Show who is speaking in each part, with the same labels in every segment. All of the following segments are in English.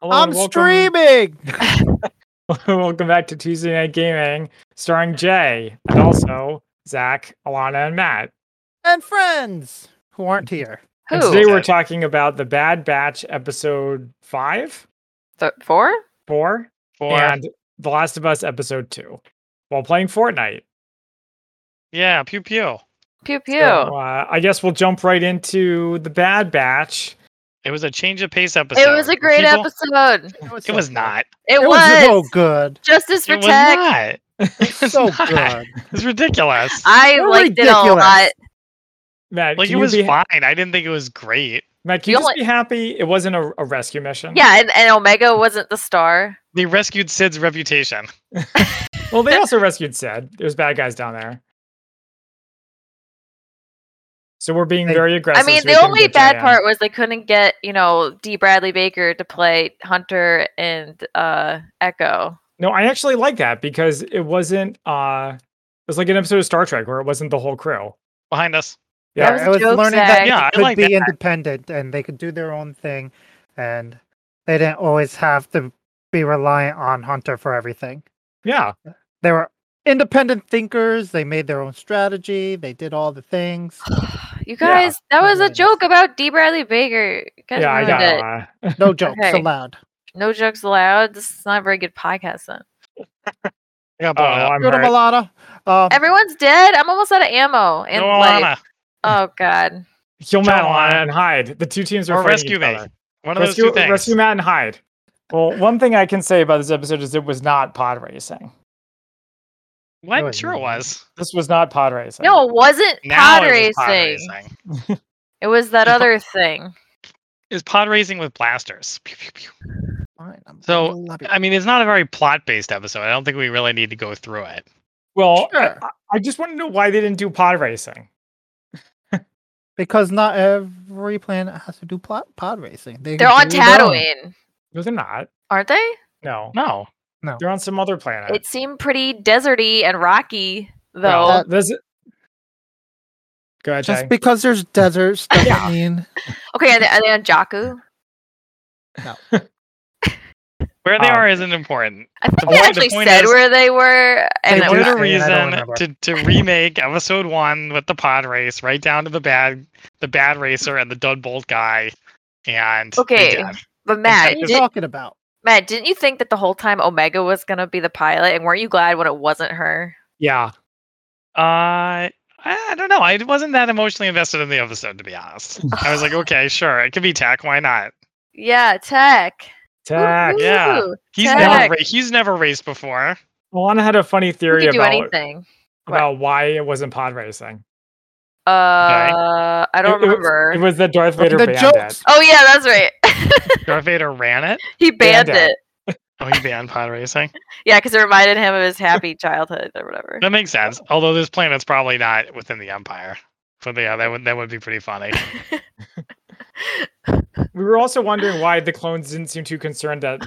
Speaker 1: Hello,
Speaker 2: I'm
Speaker 1: and welcome,
Speaker 2: streaming.
Speaker 1: welcome back to Tuesday Night Gaming, starring Jay and also Zach, Alana, and Matt.
Speaker 2: and friends who aren't here.
Speaker 1: And
Speaker 3: Who?
Speaker 1: today we're
Speaker 4: Okay.
Speaker 1: talking about the Bad Batch episode five,
Speaker 3: Th- four?
Speaker 1: four,
Speaker 4: Four.
Speaker 1: and The Last of Us episode two, while playing Fortnite.
Speaker 4: Yeah, pew pew.
Speaker 3: Pew pew.
Speaker 1: So, uh, I guess we'll jump right into the Bad Batch.
Speaker 4: It was a change of pace episode.
Speaker 3: it was a great
Speaker 4: People-
Speaker 3: episode.
Speaker 4: It was not.
Speaker 3: It,
Speaker 2: It
Speaker 3: was.
Speaker 2: was so good.
Speaker 3: Justice for
Speaker 4: It was
Speaker 3: Tech.
Speaker 4: not. It's
Speaker 2: So
Speaker 4: not.
Speaker 2: good.
Speaker 4: It's ridiculous.
Speaker 3: I
Speaker 2: You're
Speaker 3: liked it a
Speaker 2: ridiculous.
Speaker 3: lot.
Speaker 1: Matt,
Speaker 4: like
Speaker 1: can
Speaker 4: it
Speaker 1: you
Speaker 4: was
Speaker 1: be,
Speaker 4: fine. I didn't think it was great.
Speaker 1: Matt, can
Speaker 3: The
Speaker 1: you just
Speaker 3: only-
Speaker 1: be happy it wasn't a, a rescue mission?
Speaker 3: Yeah, and, and Omega wasn't the star.
Speaker 4: They rescued Sid's reputation.
Speaker 1: Well, they also rescued Sid. There's bad guys down there. So we're being
Speaker 2: They-
Speaker 1: very aggressive.
Speaker 3: I mean,
Speaker 1: so we
Speaker 3: the
Speaker 1: couldn't
Speaker 3: only
Speaker 1: get Jay
Speaker 3: bad
Speaker 1: in.
Speaker 3: part was they couldn't get, you know, D. Bradley Baker to play Hunter and uh Echo.
Speaker 1: No, I actually like that because it wasn't. uh It was like an episode of Star Trek where it wasn't the whole crew.
Speaker 4: Behind us.
Speaker 1: Yeah,
Speaker 2: Yeah,
Speaker 3: was
Speaker 2: I
Speaker 3: a
Speaker 2: was
Speaker 3: joke,
Speaker 2: learning
Speaker 3: Zach.
Speaker 2: that
Speaker 4: Yeah, I
Speaker 2: they could
Speaker 4: like
Speaker 2: be
Speaker 4: that.
Speaker 2: independent and they could do their own thing, and they didn't always have to be reliant on Hunter for everything.
Speaker 1: yeah.
Speaker 2: They were independent thinkers. They made their own strategy. They did all the things.
Speaker 1: Yeah,
Speaker 3: You guys, that was a
Speaker 2: goodness.
Speaker 3: joke about D. Bradley Baker. You guys
Speaker 1: yeah, I
Speaker 3: ruined
Speaker 1: got.
Speaker 3: it.
Speaker 1: Uh,
Speaker 2: No jokes
Speaker 3: Okay.
Speaker 2: allowed.
Speaker 3: No jokes allowed. This is not a very good podcast then.
Speaker 4: I
Speaker 1: oh,
Speaker 4: got blown up.
Speaker 1: I'm
Speaker 2: Good
Speaker 1: hurt.
Speaker 2: Malata. Um,
Speaker 3: Everyone's dead. I'm almost out of ammo. And
Speaker 4: No
Speaker 3: like,
Speaker 4: Alana.
Speaker 3: oh god.
Speaker 1: Kill Matt
Speaker 4: John.
Speaker 1: Alana, and hide. The two teams are
Speaker 4: Or
Speaker 1: fighting
Speaker 4: rescue
Speaker 1: each
Speaker 4: me.
Speaker 1: other.
Speaker 4: One of
Speaker 1: Rescue,
Speaker 4: those two things.
Speaker 1: rescue Matt and hide. Well, one thing I can say about this episode is it was not pod racing.
Speaker 4: What?
Speaker 2: No, it
Speaker 4: sure it was.
Speaker 2: wasn't.
Speaker 1: This was not pod racing.
Speaker 3: No, it wasn't
Speaker 4: Now
Speaker 3: pod
Speaker 4: it
Speaker 3: racing.
Speaker 4: was pod racing.
Speaker 3: It was that
Speaker 4: You put-
Speaker 3: other thing.
Speaker 4: Is pod racing with blasters. Pew, pew, pew.
Speaker 2: fine, I'm-
Speaker 4: So,
Speaker 2: I love it.
Speaker 4: I mean, it's not a very plot-based episode. I don't think we really need to go through it.
Speaker 1: Well, I-
Speaker 2: Sure.
Speaker 1: I, I just want to know why they didn't do pod racing.
Speaker 2: because not every planet has to do plot, pod racing. They
Speaker 3: They're
Speaker 2: can
Speaker 3: on
Speaker 2: do their own.
Speaker 3: Tatooine,
Speaker 1: No, they're not.
Speaker 3: aren't they?
Speaker 1: No,
Speaker 4: No.
Speaker 1: they're on some other planet.
Speaker 3: It seemed pretty deserty and rocky,
Speaker 1: Well,
Speaker 3: though.
Speaker 1: this. Go ahead, Jay.
Speaker 2: Just because there's deserts doesn't
Speaker 1: Yeah.
Speaker 2: mean
Speaker 3: okay, are they, are they on Jakku?
Speaker 4: Where they
Speaker 1: Um,
Speaker 4: are isn't important.
Speaker 3: I think they
Speaker 4: The point- the
Speaker 3: actually
Speaker 4: point
Speaker 3: said
Speaker 4: is-
Speaker 3: where they were, and
Speaker 2: They
Speaker 3: it
Speaker 4: What
Speaker 2: were-
Speaker 3: was,
Speaker 4: a
Speaker 2: saying, I don't
Speaker 4: reason
Speaker 2: remember.
Speaker 4: to, to remake episode one with the pod race, right down to the bad the bad racer and the Dunbolt guy. And they
Speaker 3: Okay.
Speaker 4: did.
Speaker 3: but
Speaker 2: what
Speaker 3: Matt,
Speaker 2: are you
Speaker 3: did,
Speaker 2: talking about.
Speaker 3: Matt, didn't you think that the whole time Omega was gonna be the pilot, and weren't you glad when it wasn't her?
Speaker 1: yeah,
Speaker 4: Uh, I, I don't know. I wasn't that emotionally invested in the episode, to be honest. I was like, okay, sure, it could be Tech. Why not?
Speaker 3: Yeah, Tech.
Speaker 1: tech.
Speaker 3: Woohoo.
Speaker 4: yeah. He's
Speaker 3: Tech.
Speaker 4: never ra- he's never raced before.
Speaker 1: Alana had a funny
Speaker 3: Who
Speaker 1: theory
Speaker 3: could do
Speaker 1: about,
Speaker 3: anything. What?
Speaker 1: about why it wasn't pod racing.
Speaker 3: Uh, I don't
Speaker 1: It- it was-
Speaker 3: remember.
Speaker 1: It was the Darth
Speaker 2: Look at
Speaker 1: Vader
Speaker 2: the
Speaker 1: band.
Speaker 2: jokes.
Speaker 3: oh yeah, that's right.
Speaker 4: Darth Vader ran it.
Speaker 3: he banned
Speaker 1: Banned it.
Speaker 3: it.
Speaker 4: Oh, he banned pod racing.
Speaker 3: Yeah, because it reminded him of his happy childhood or whatever.
Speaker 4: That makes sense. Although this planet's probably not within the Empire. But yeah, that would that would be pretty funny.
Speaker 1: We were also wondering why the clones didn't seem too concerned that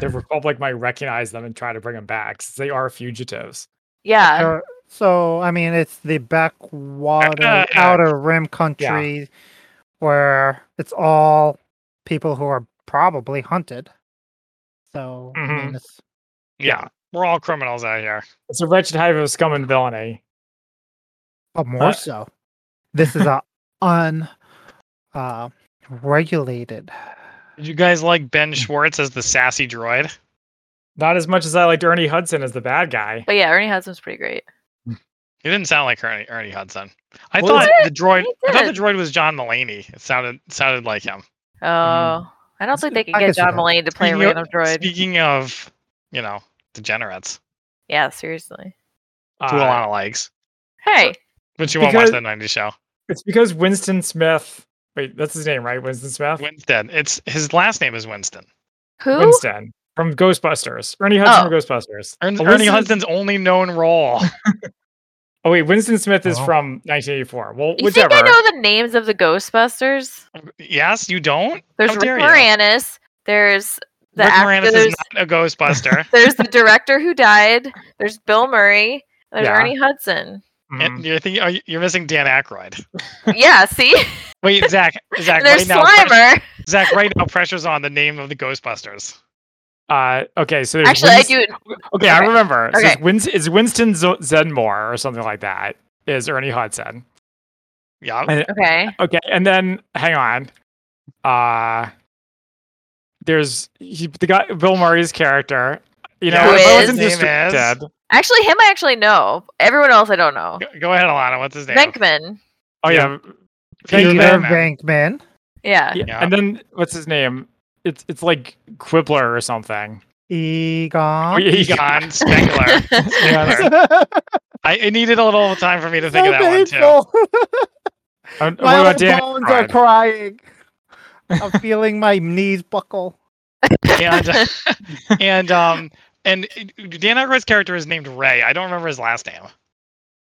Speaker 1: the Republic might recognize them and try to bring them back, since they are fugitives.
Speaker 3: Yeah,
Speaker 2: Or- so I mean, it's the backwater
Speaker 4: Yeah.
Speaker 2: outer rim country where it's all people who are probably hunted. So I mean, it's,
Speaker 4: Yeah, we're all criminals out here.
Speaker 1: It's a wretched hive of scum and villainy.
Speaker 2: but more
Speaker 1: Uh,
Speaker 2: so, this is a un uh, regulated.
Speaker 4: Did you guys like Ben Schwartz as the sassy droid?
Speaker 1: Not as much as I liked Ernie Hudson as the bad guy.
Speaker 3: but yeah, Ernie Hudson's pretty great.
Speaker 4: He didn't sound like Ernie, Ernie Hudson. I
Speaker 1: Well,
Speaker 4: thought
Speaker 3: it's-
Speaker 4: the droid.
Speaker 3: He
Speaker 4: I thought the
Speaker 3: did.
Speaker 4: droid was John Mulaney. It sounded sounded like him.
Speaker 3: Oh, I don't think they could
Speaker 2: I
Speaker 3: get
Speaker 2: can see
Speaker 3: John
Speaker 2: that.
Speaker 3: Mulaney to play a
Speaker 4: Speaking of-
Speaker 3: random droid.
Speaker 4: Speaking of, you know, degenerates,
Speaker 3: Yeah, seriously.
Speaker 4: who
Speaker 1: Uh,
Speaker 4: Alana likes,
Speaker 3: Hey,
Speaker 4: but you won't watch
Speaker 1: because-
Speaker 4: that '90s show.
Speaker 1: It's because Winston Smith. Wait, that's his name, right? Winston Smith.
Speaker 4: Winston. It's his last name is Winston.
Speaker 3: who?
Speaker 1: Winston from Ghostbusters. Ernie Hudson
Speaker 3: Oh.
Speaker 1: from Ghostbusters.
Speaker 4: Ern-
Speaker 1: Oh,
Speaker 4: Ernie
Speaker 1: Winston-
Speaker 4: Hudson's only known role.
Speaker 1: Oh wait, Winston Smith is
Speaker 2: Oh.
Speaker 1: from 1984. Well,
Speaker 3: You
Speaker 1: whichever.
Speaker 3: think I know the names of the Ghostbusters?
Speaker 4: yes, you don't.
Speaker 3: There's
Speaker 4: How
Speaker 3: Rick
Speaker 4: dare you.
Speaker 3: Moranis. There's the
Speaker 4: Rick
Speaker 3: actors.
Speaker 4: Moranis is not a Ghostbuster.
Speaker 3: There's the director who died. There's Bill Murray. There's
Speaker 1: Yeah.
Speaker 3: Ernie Hudson.
Speaker 4: And
Speaker 1: Mhm.
Speaker 4: you're thinking, are you- you're missing Dan Aykroyd.
Speaker 3: yeah, see?
Speaker 4: Wait, Zach, Zach,
Speaker 3: And there's
Speaker 4: right now, pressure-
Speaker 3: Slimer.
Speaker 4: Zach, right now, pressure's on the name of the Ghostbusters.
Speaker 1: Uh, okay, so there's
Speaker 3: Actually, I
Speaker 1: Winst-
Speaker 3: do.
Speaker 1: Okay, I
Speaker 3: okay.
Speaker 1: remember. So it's,
Speaker 3: Okay.
Speaker 1: Winst- it's Winston Z- Zenmore or something like that. Is Ernie Hudson?
Speaker 4: Yeah,
Speaker 1: I-
Speaker 3: Okay.
Speaker 1: Okay, and then hang on. Uh there's he, the guy Bill Murray's character. You know,
Speaker 4: Yeah,
Speaker 1: if I
Speaker 3: Who
Speaker 1: wasn't
Speaker 4: is? Name is-
Speaker 1: distracted.
Speaker 3: Actually, him I actually know. Everyone else I don't know.
Speaker 4: go, go ahead, Alana. What's his name?
Speaker 3: Venkman.
Speaker 1: Oh yeah,
Speaker 3: Uh,
Speaker 4: Peter
Speaker 2: Peter
Speaker 4: Venkman.
Speaker 2: Bankman.
Speaker 3: Yeah.
Speaker 1: yeah,
Speaker 4: Yeah.
Speaker 1: And then what's his name? It's it's like Quibbler or something. Oh,
Speaker 2: Egon.
Speaker 1: yeah, he got-
Speaker 4: Egon Spengler.
Speaker 1: yeah,
Speaker 4: Spengler. I it needed a little time for me to think
Speaker 2: So
Speaker 4: of that one too.
Speaker 2: painful.
Speaker 1: and uh, what
Speaker 2: my
Speaker 1: about
Speaker 2: old
Speaker 1: Dan
Speaker 2: bones are
Speaker 1: Aykroyd?
Speaker 2: crying. I'm feeling my knees buckle.
Speaker 4: And and um and Dan Aykroyd's character is named Ray. I don't remember his last name.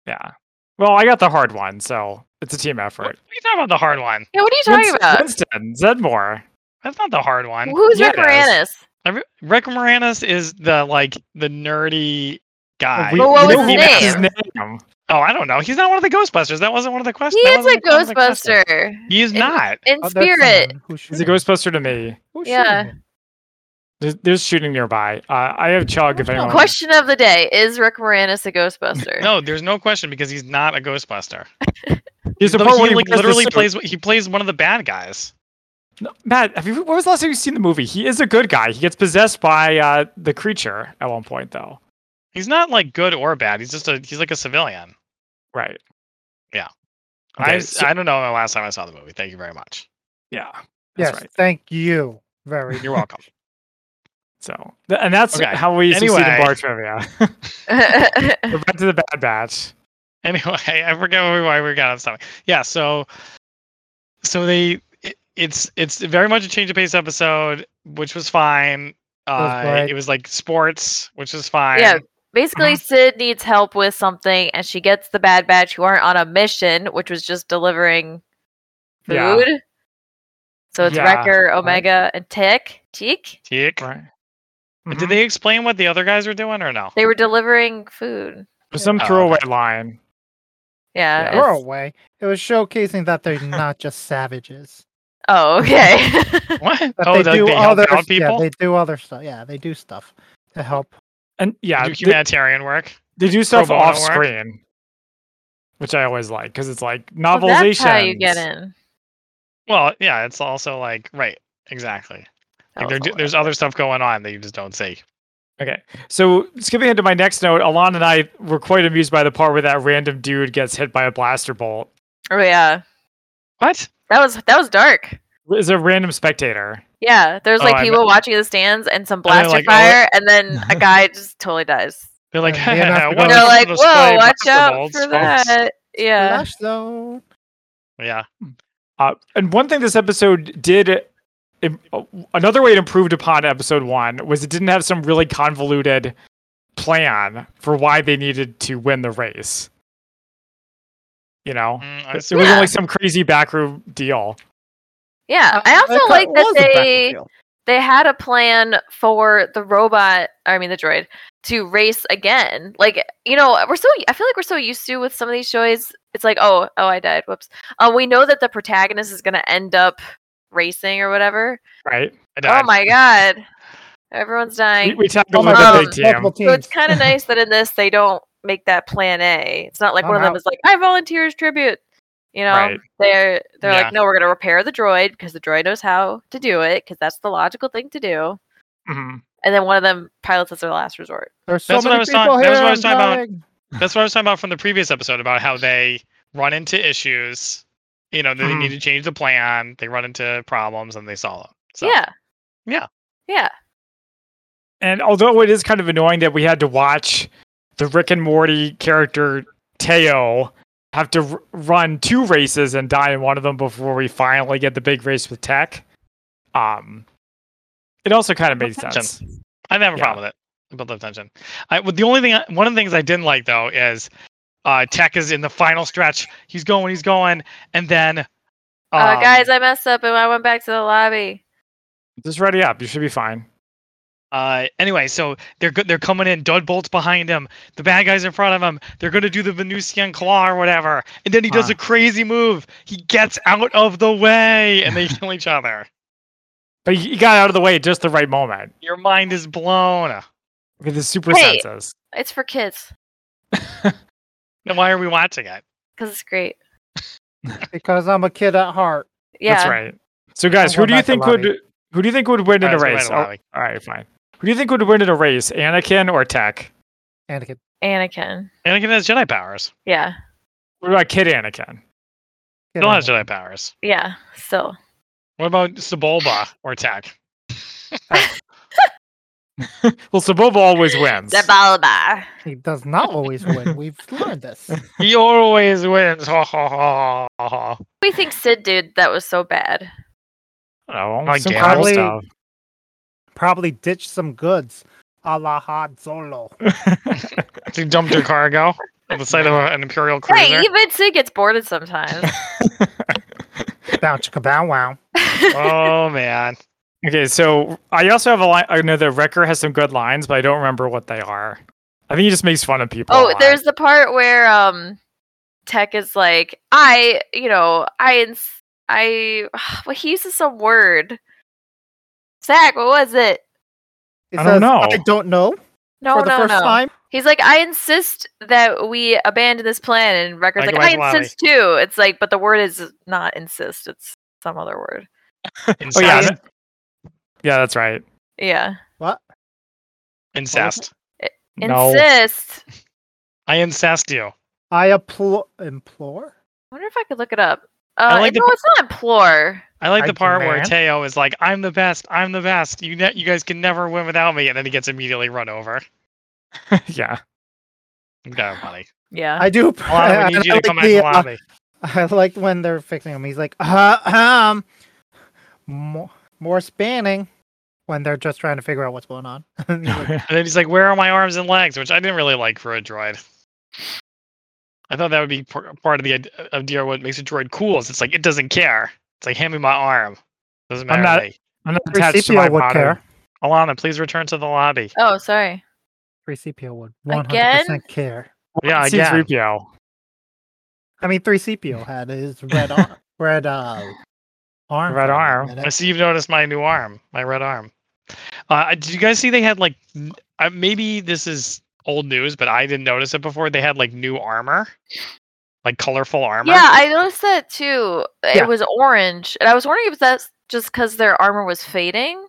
Speaker 1: Yeah. Well, I got the hard one, so it's a team
Speaker 4: What, what are
Speaker 1: effort.
Speaker 4: you talking about? The hard one?
Speaker 3: Yeah, what are you talking
Speaker 1: Winst-
Speaker 3: about?
Speaker 1: Winston Zedmore.
Speaker 4: That's not the hard one.
Speaker 3: Who's
Speaker 1: Yeah,
Speaker 3: Rick
Speaker 1: it
Speaker 3: Moranis?
Speaker 4: Every- Rick Moranis is the like the nerdy guy.
Speaker 1: We-
Speaker 3: Well, what
Speaker 1: we don't
Speaker 3: was his
Speaker 1: even have
Speaker 3: name?
Speaker 1: name.
Speaker 4: Oh, I don't know. He's not one of the Ghostbusters. That wasn't one of the
Speaker 3: He
Speaker 4: questions.
Speaker 3: is a Ghostbuster.
Speaker 4: He is
Speaker 3: And-
Speaker 4: not.
Speaker 3: In
Speaker 2: Oh, that's
Speaker 3: spirit.
Speaker 2: someone. Who's
Speaker 1: He's a
Speaker 2: shooting?
Speaker 1: Ghostbuster to me.
Speaker 2: Who's
Speaker 3: Yeah.
Speaker 2: shooting?
Speaker 1: There's, there's shooting nearby. Uh, I have Chug. If
Speaker 2: Oh.
Speaker 1: anyone
Speaker 3: Question of the day Is Rick Moranis a Ghostbuster?
Speaker 4: No, there's no question because he's not a Ghostbuster.
Speaker 1: He's the
Speaker 4: Though
Speaker 1: part
Speaker 4: he
Speaker 1: when he
Speaker 4: like,
Speaker 1: wears the
Speaker 4: literally
Speaker 1: suit.
Speaker 4: plays. He plays one of the bad guys.
Speaker 1: No, Matt, have you? When was the last time you've seen the movie? He is a good guy. He gets possessed by uh, the creature at one point, though.
Speaker 4: He's not like good or bad. He's just a. He's like a civilian.
Speaker 1: Right.
Speaker 4: Yeah.
Speaker 1: Okay,
Speaker 4: I
Speaker 1: so-
Speaker 4: I don't know the last time I saw the movie. Thank you very much.
Speaker 1: yeah. That's
Speaker 2: Yes,
Speaker 1: right.
Speaker 2: thank you. Very
Speaker 4: You're welcome.
Speaker 1: So, th- and that's
Speaker 4: Okay,
Speaker 1: how we succeed
Speaker 4: anyway.
Speaker 1: in bar trivia. We're back to the Bad Batch.
Speaker 4: anyway, I forget why we- why we got on something. Yeah, so so they it, it's it's very much a change of pace episode, which was fine. Uh,
Speaker 2: great.
Speaker 4: it was like sports, which is fine.
Speaker 3: Yeah, Basically, Sid needs help with something, and she gets the Bad Batch, who aren't on a mission, which was just delivering food.
Speaker 1: Yeah.
Speaker 3: So it's
Speaker 1: Yeah,
Speaker 3: Wrecker, Omega, and Tick. Tick.
Speaker 4: Teak.
Speaker 1: Right. Mm-hmm.
Speaker 4: Did they explain what the other guys were doing or no?
Speaker 3: They were delivering food.
Speaker 1: There's some
Speaker 4: Oh, okay.
Speaker 1: throwaway line. Yeah.
Speaker 3: Yeah. it's-
Speaker 2: throwaway. It was showcasing that they're not just savages.
Speaker 3: Oh, okay.
Speaker 4: What?
Speaker 2: That
Speaker 4: oh,
Speaker 2: they
Speaker 4: that
Speaker 2: do
Speaker 4: they helped
Speaker 2: other
Speaker 4: out
Speaker 2: Yeah,
Speaker 4: people,
Speaker 2: they do other stuff. Yeah, they do stuff to help.
Speaker 1: And yeah,
Speaker 4: do
Speaker 1: th-
Speaker 4: humanitarian work.
Speaker 1: they, do stuff
Speaker 4: bono
Speaker 1: off
Speaker 4: work.
Speaker 1: screen, which I always like because it's like
Speaker 3: Oh,
Speaker 1: novelization.
Speaker 3: that's how you get in.
Speaker 4: Well, yeah, it's also like right, exactly.
Speaker 3: That
Speaker 4: Like there,
Speaker 3: was
Speaker 4: do-
Speaker 3: all
Speaker 4: there's
Speaker 3: right.
Speaker 4: other stuff going on that you just don't see.
Speaker 1: Okay. So skipping into my next note, Alon and I were quite amused by the part where that random dude gets hit by a blaster bolt.
Speaker 3: Oh yeah,
Speaker 4: What?
Speaker 3: that was that was dark.
Speaker 1: Is a random spectator.
Speaker 3: Yeah, there's
Speaker 4: Oh,
Speaker 3: like
Speaker 4: I
Speaker 3: people watching the stands and some
Speaker 4: And they're
Speaker 3: blaster
Speaker 4: like, oh,
Speaker 3: fire, and then a guy just totally dies.
Speaker 4: They're like,
Speaker 2: And then after
Speaker 4: "What
Speaker 2: that-
Speaker 4: a
Speaker 3: They're like,
Speaker 4: display
Speaker 3: whoa,
Speaker 4: of
Speaker 3: watch out
Speaker 4: vegetables,
Speaker 3: for
Speaker 4: folks."
Speaker 3: that. Yeah.
Speaker 2: Flash zone.
Speaker 4: Yeah.
Speaker 1: Uh, and one thing this episode did, im- uh, another way it improved upon episode one was it didn't have some really convoluted plan for why they needed to win the race. You know,
Speaker 4: Mm, I
Speaker 1: it
Speaker 4: see.
Speaker 1: wasn't
Speaker 3: Yeah.
Speaker 1: like some crazy backroom deal.
Speaker 3: Yeah. I
Speaker 2: Uh,
Speaker 3: also
Speaker 2: it
Speaker 3: like that
Speaker 2: was a
Speaker 3: they
Speaker 2: battlefield.
Speaker 3: they had a plan for the robot, I mean the droid, to race again. Like, you know, we're so I feel like we're so used to with some of these shows, it's like, oh, oh, I died. Whoops. Uh, we know that the protagonist is gonna end up racing or whatever.
Speaker 1: Right,
Speaker 4: I died.
Speaker 3: Oh my god. Everyone's
Speaker 1: we,
Speaker 3: dying.
Speaker 1: we
Speaker 4: oh
Speaker 2: Oh
Speaker 1: tackled
Speaker 3: my
Speaker 1: with
Speaker 3: God.
Speaker 1: the big team.
Speaker 2: Multiple
Speaker 3: So it's
Speaker 2: teams.
Speaker 3: kind of nice that in this they don't make that plan A. It's not like
Speaker 4: Oh,
Speaker 2: I'm
Speaker 3: one of them
Speaker 2: out.
Speaker 3: is like, I volunteer as tribute. You know,
Speaker 1: Right.
Speaker 3: they're they're
Speaker 4: Yeah.
Speaker 3: like, no, we're gonna repair the droid because the droid knows how to do it because that's the logical thing to do.
Speaker 1: Mhm.
Speaker 3: And then one of them pilots as their last resort.
Speaker 2: There's so
Speaker 4: That's what
Speaker 2: many
Speaker 4: I was
Speaker 2: people
Speaker 4: talking- that
Speaker 2: here.
Speaker 4: was what I was
Speaker 2: I'm
Speaker 4: talking about.
Speaker 2: dying.
Speaker 4: That's what I was talking about from the previous episode about how they run into issues. You know, they
Speaker 1: Mhm.
Speaker 4: need to change the plan. They run into problems and they solve them. So,
Speaker 3: yeah.
Speaker 4: Yeah.
Speaker 3: Yeah.
Speaker 1: And although it is kind of annoying that we had to watch the Rick and Morty character Teo have to r- run two races and die in one of them before we finally get the big race with Tech, um, it also kind of made
Speaker 4: Attention.
Speaker 1: sense.
Speaker 4: I didn't have a
Speaker 1: Yeah.
Speaker 4: problem with it. I built up tension. I, well, the only thing, I, one of the things I didn't like though is uh, Tech is in the final stretch. He's going, he's going, and then.
Speaker 3: uh,
Speaker 4: um,
Speaker 3: guys, I messed up and I went back to the lobby.
Speaker 1: Just ready up. You should be fine.
Speaker 4: Uh, anyway, so they're go- they're coming in. Dudbolt's behind him. The bad guys in front of him. They're gonna do the Venusian claw or whatever. And then he does
Speaker 2: Huh.
Speaker 4: a crazy move. He gets out of the way, and they kill each other.
Speaker 1: But you got out of the way at just the right moment
Speaker 4: Your mind is blown.
Speaker 1: with his super
Speaker 3: Wait.
Speaker 1: senses.
Speaker 3: It's for kids
Speaker 4: Then why are we watching it?
Speaker 3: because it's great.
Speaker 2: because I'm a kid at heart.
Speaker 3: Yeah.
Speaker 1: That's right. So guys, who
Speaker 2: going
Speaker 1: do you
Speaker 2: back to
Speaker 1: think would
Speaker 2: Lobby.
Speaker 1: who do you think would win in
Speaker 4: Alright,
Speaker 1: a
Speaker 4: let's go
Speaker 1: race?
Speaker 4: right to
Speaker 1: Oh,
Speaker 4: Lobby.
Speaker 1: all right, fine. Who do you think would win in a race, Anakin or Tech?
Speaker 2: Anakin.
Speaker 3: Anakin.
Speaker 4: Anakin has Jedi powers.
Speaker 3: Yeah.
Speaker 1: What about Kid Anakin?
Speaker 2: Get
Speaker 4: Still
Speaker 2: on
Speaker 4: has
Speaker 2: it.
Speaker 4: Jedi powers.
Speaker 3: Yeah. Still.
Speaker 4: What about Sebulba or Tech?
Speaker 1: Well, Saboba always wins.
Speaker 3: Zabalba.
Speaker 2: He does not always win. We've learned this.
Speaker 4: He always wins. Ha ha ha ha ha.
Speaker 3: We think Sid did that was so bad.
Speaker 1: Oh,
Speaker 4: Like
Speaker 1: some
Speaker 4: Gamble?
Speaker 1: cool
Speaker 2: Probably-
Speaker 1: stuff.
Speaker 2: Probably ditched some goods, a la Han Solo.
Speaker 4: He dumped her cargo on the side of a- an Imperial cruiser.
Speaker 3: Hey, even Sid gets bored sometimes.
Speaker 2: Bow chicka bow wow.
Speaker 4: Oh man.
Speaker 1: Okay, so I also have a line. I know that Wrecker has some good lines, but I don't remember what they are. I think he just makes fun of people. a
Speaker 3: Oh,
Speaker 1: lot.
Speaker 3: there's the part where um Tech is like, I, you know, I ins- I well he uses some word. Zach, what was it?
Speaker 2: He
Speaker 1: I don't know.
Speaker 2: I don't know.
Speaker 3: No,
Speaker 2: for the
Speaker 3: no,
Speaker 2: first
Speaker 3: no.
Speaker 2: time.
Speaker 3: He's like, I insist that we abandon this plan, and Record's
Speaker 4: Like
Speaker 3: like,
Speaker 4: it was
Speaker 3: I
Speaker 4: Lolly.
Speaker 3: insist too. It's like, but the word is not insist; it's some other word.
Speaker 1: Oh yeah,
Speaker 4: Incest.
Speaker 1: that- yeah, that's right.
Speaker 3: Yeah,
Speaker 4: Incest.
Speaker 1: No,
Speaker 3: insist.
Speaker 4: I incest you.
Speaker 2: I apl- implore.
Speaker 3: I wonder if I could look it up. Uh,
Speaker 4: I like the
Speaker 3: no, it's not implore.
Speaker 4: I like
Speaker 2: I
Speaker 4: the part where
Speaker 2: demand-
Speaker 4: Teo is like, "I'm the best. I'm the best. You ne- you guys can never win without me," and then he gets immediately run over.
Speaker 1: yeah.
Speaker 4: No money.
Speaker 3: Yeah,
Speaker 2: I do.
Speaker 4: Lana,
Speaker 2: I
Speaker 4: we need you to
Speaker 2: like
Speaker 4: come back
Speaker 2: the,
Speaker 4: to
Speaker 2: uh,
Speaker 4: Lana.
Speaker 2: I liked when they're fixing him. He's like, uh, um, more, more spanning when they're just trying to figure out what's going on. He's like,
Speaker 4: And then he's like, "Where are my arms and legs?" Which I didn't really like for a droid. I thought that would be par- part of the id- of DR what makes a droid cool. Is it's like it doesn't care. It's like hand me my arm. Doesn't matter.
Speaker 1: I'm not-
Speaker 4: to me.
Speaker 1: I'm not attached to my
Speaker 2: 3CPO would
Speaker 1: body.
Speaker 2: care.
Speaker 4: Alana, please return to the lobby.
Speaker 3: Oh, sorry.
Speaker 2: 3CPO would
Speaker 3: Again?
Speaker 2: 100% care.
Speaker 4: Yeah, again.
Speaker 1: C3PO.
Speaker 2: I mean, 3CPO had his red arm. Red, uh, arm.
Speaker 1: Red
Speaker 2: for a
Speaker 1: arm.
Speaker 2: minute.
Speaker 4: I see you've noticed my new arm, my red arm. Uh, did you guys see they had like, n- uh, maybe this is old news, but I didn't notice it before. They had like new armor, like colorful armor.
Speaker 3: Yeah, I noticed that too.
Speaker 2: Yeah.
Speaker 3: It was orange, and I was wondering if that's just because their armor was fading.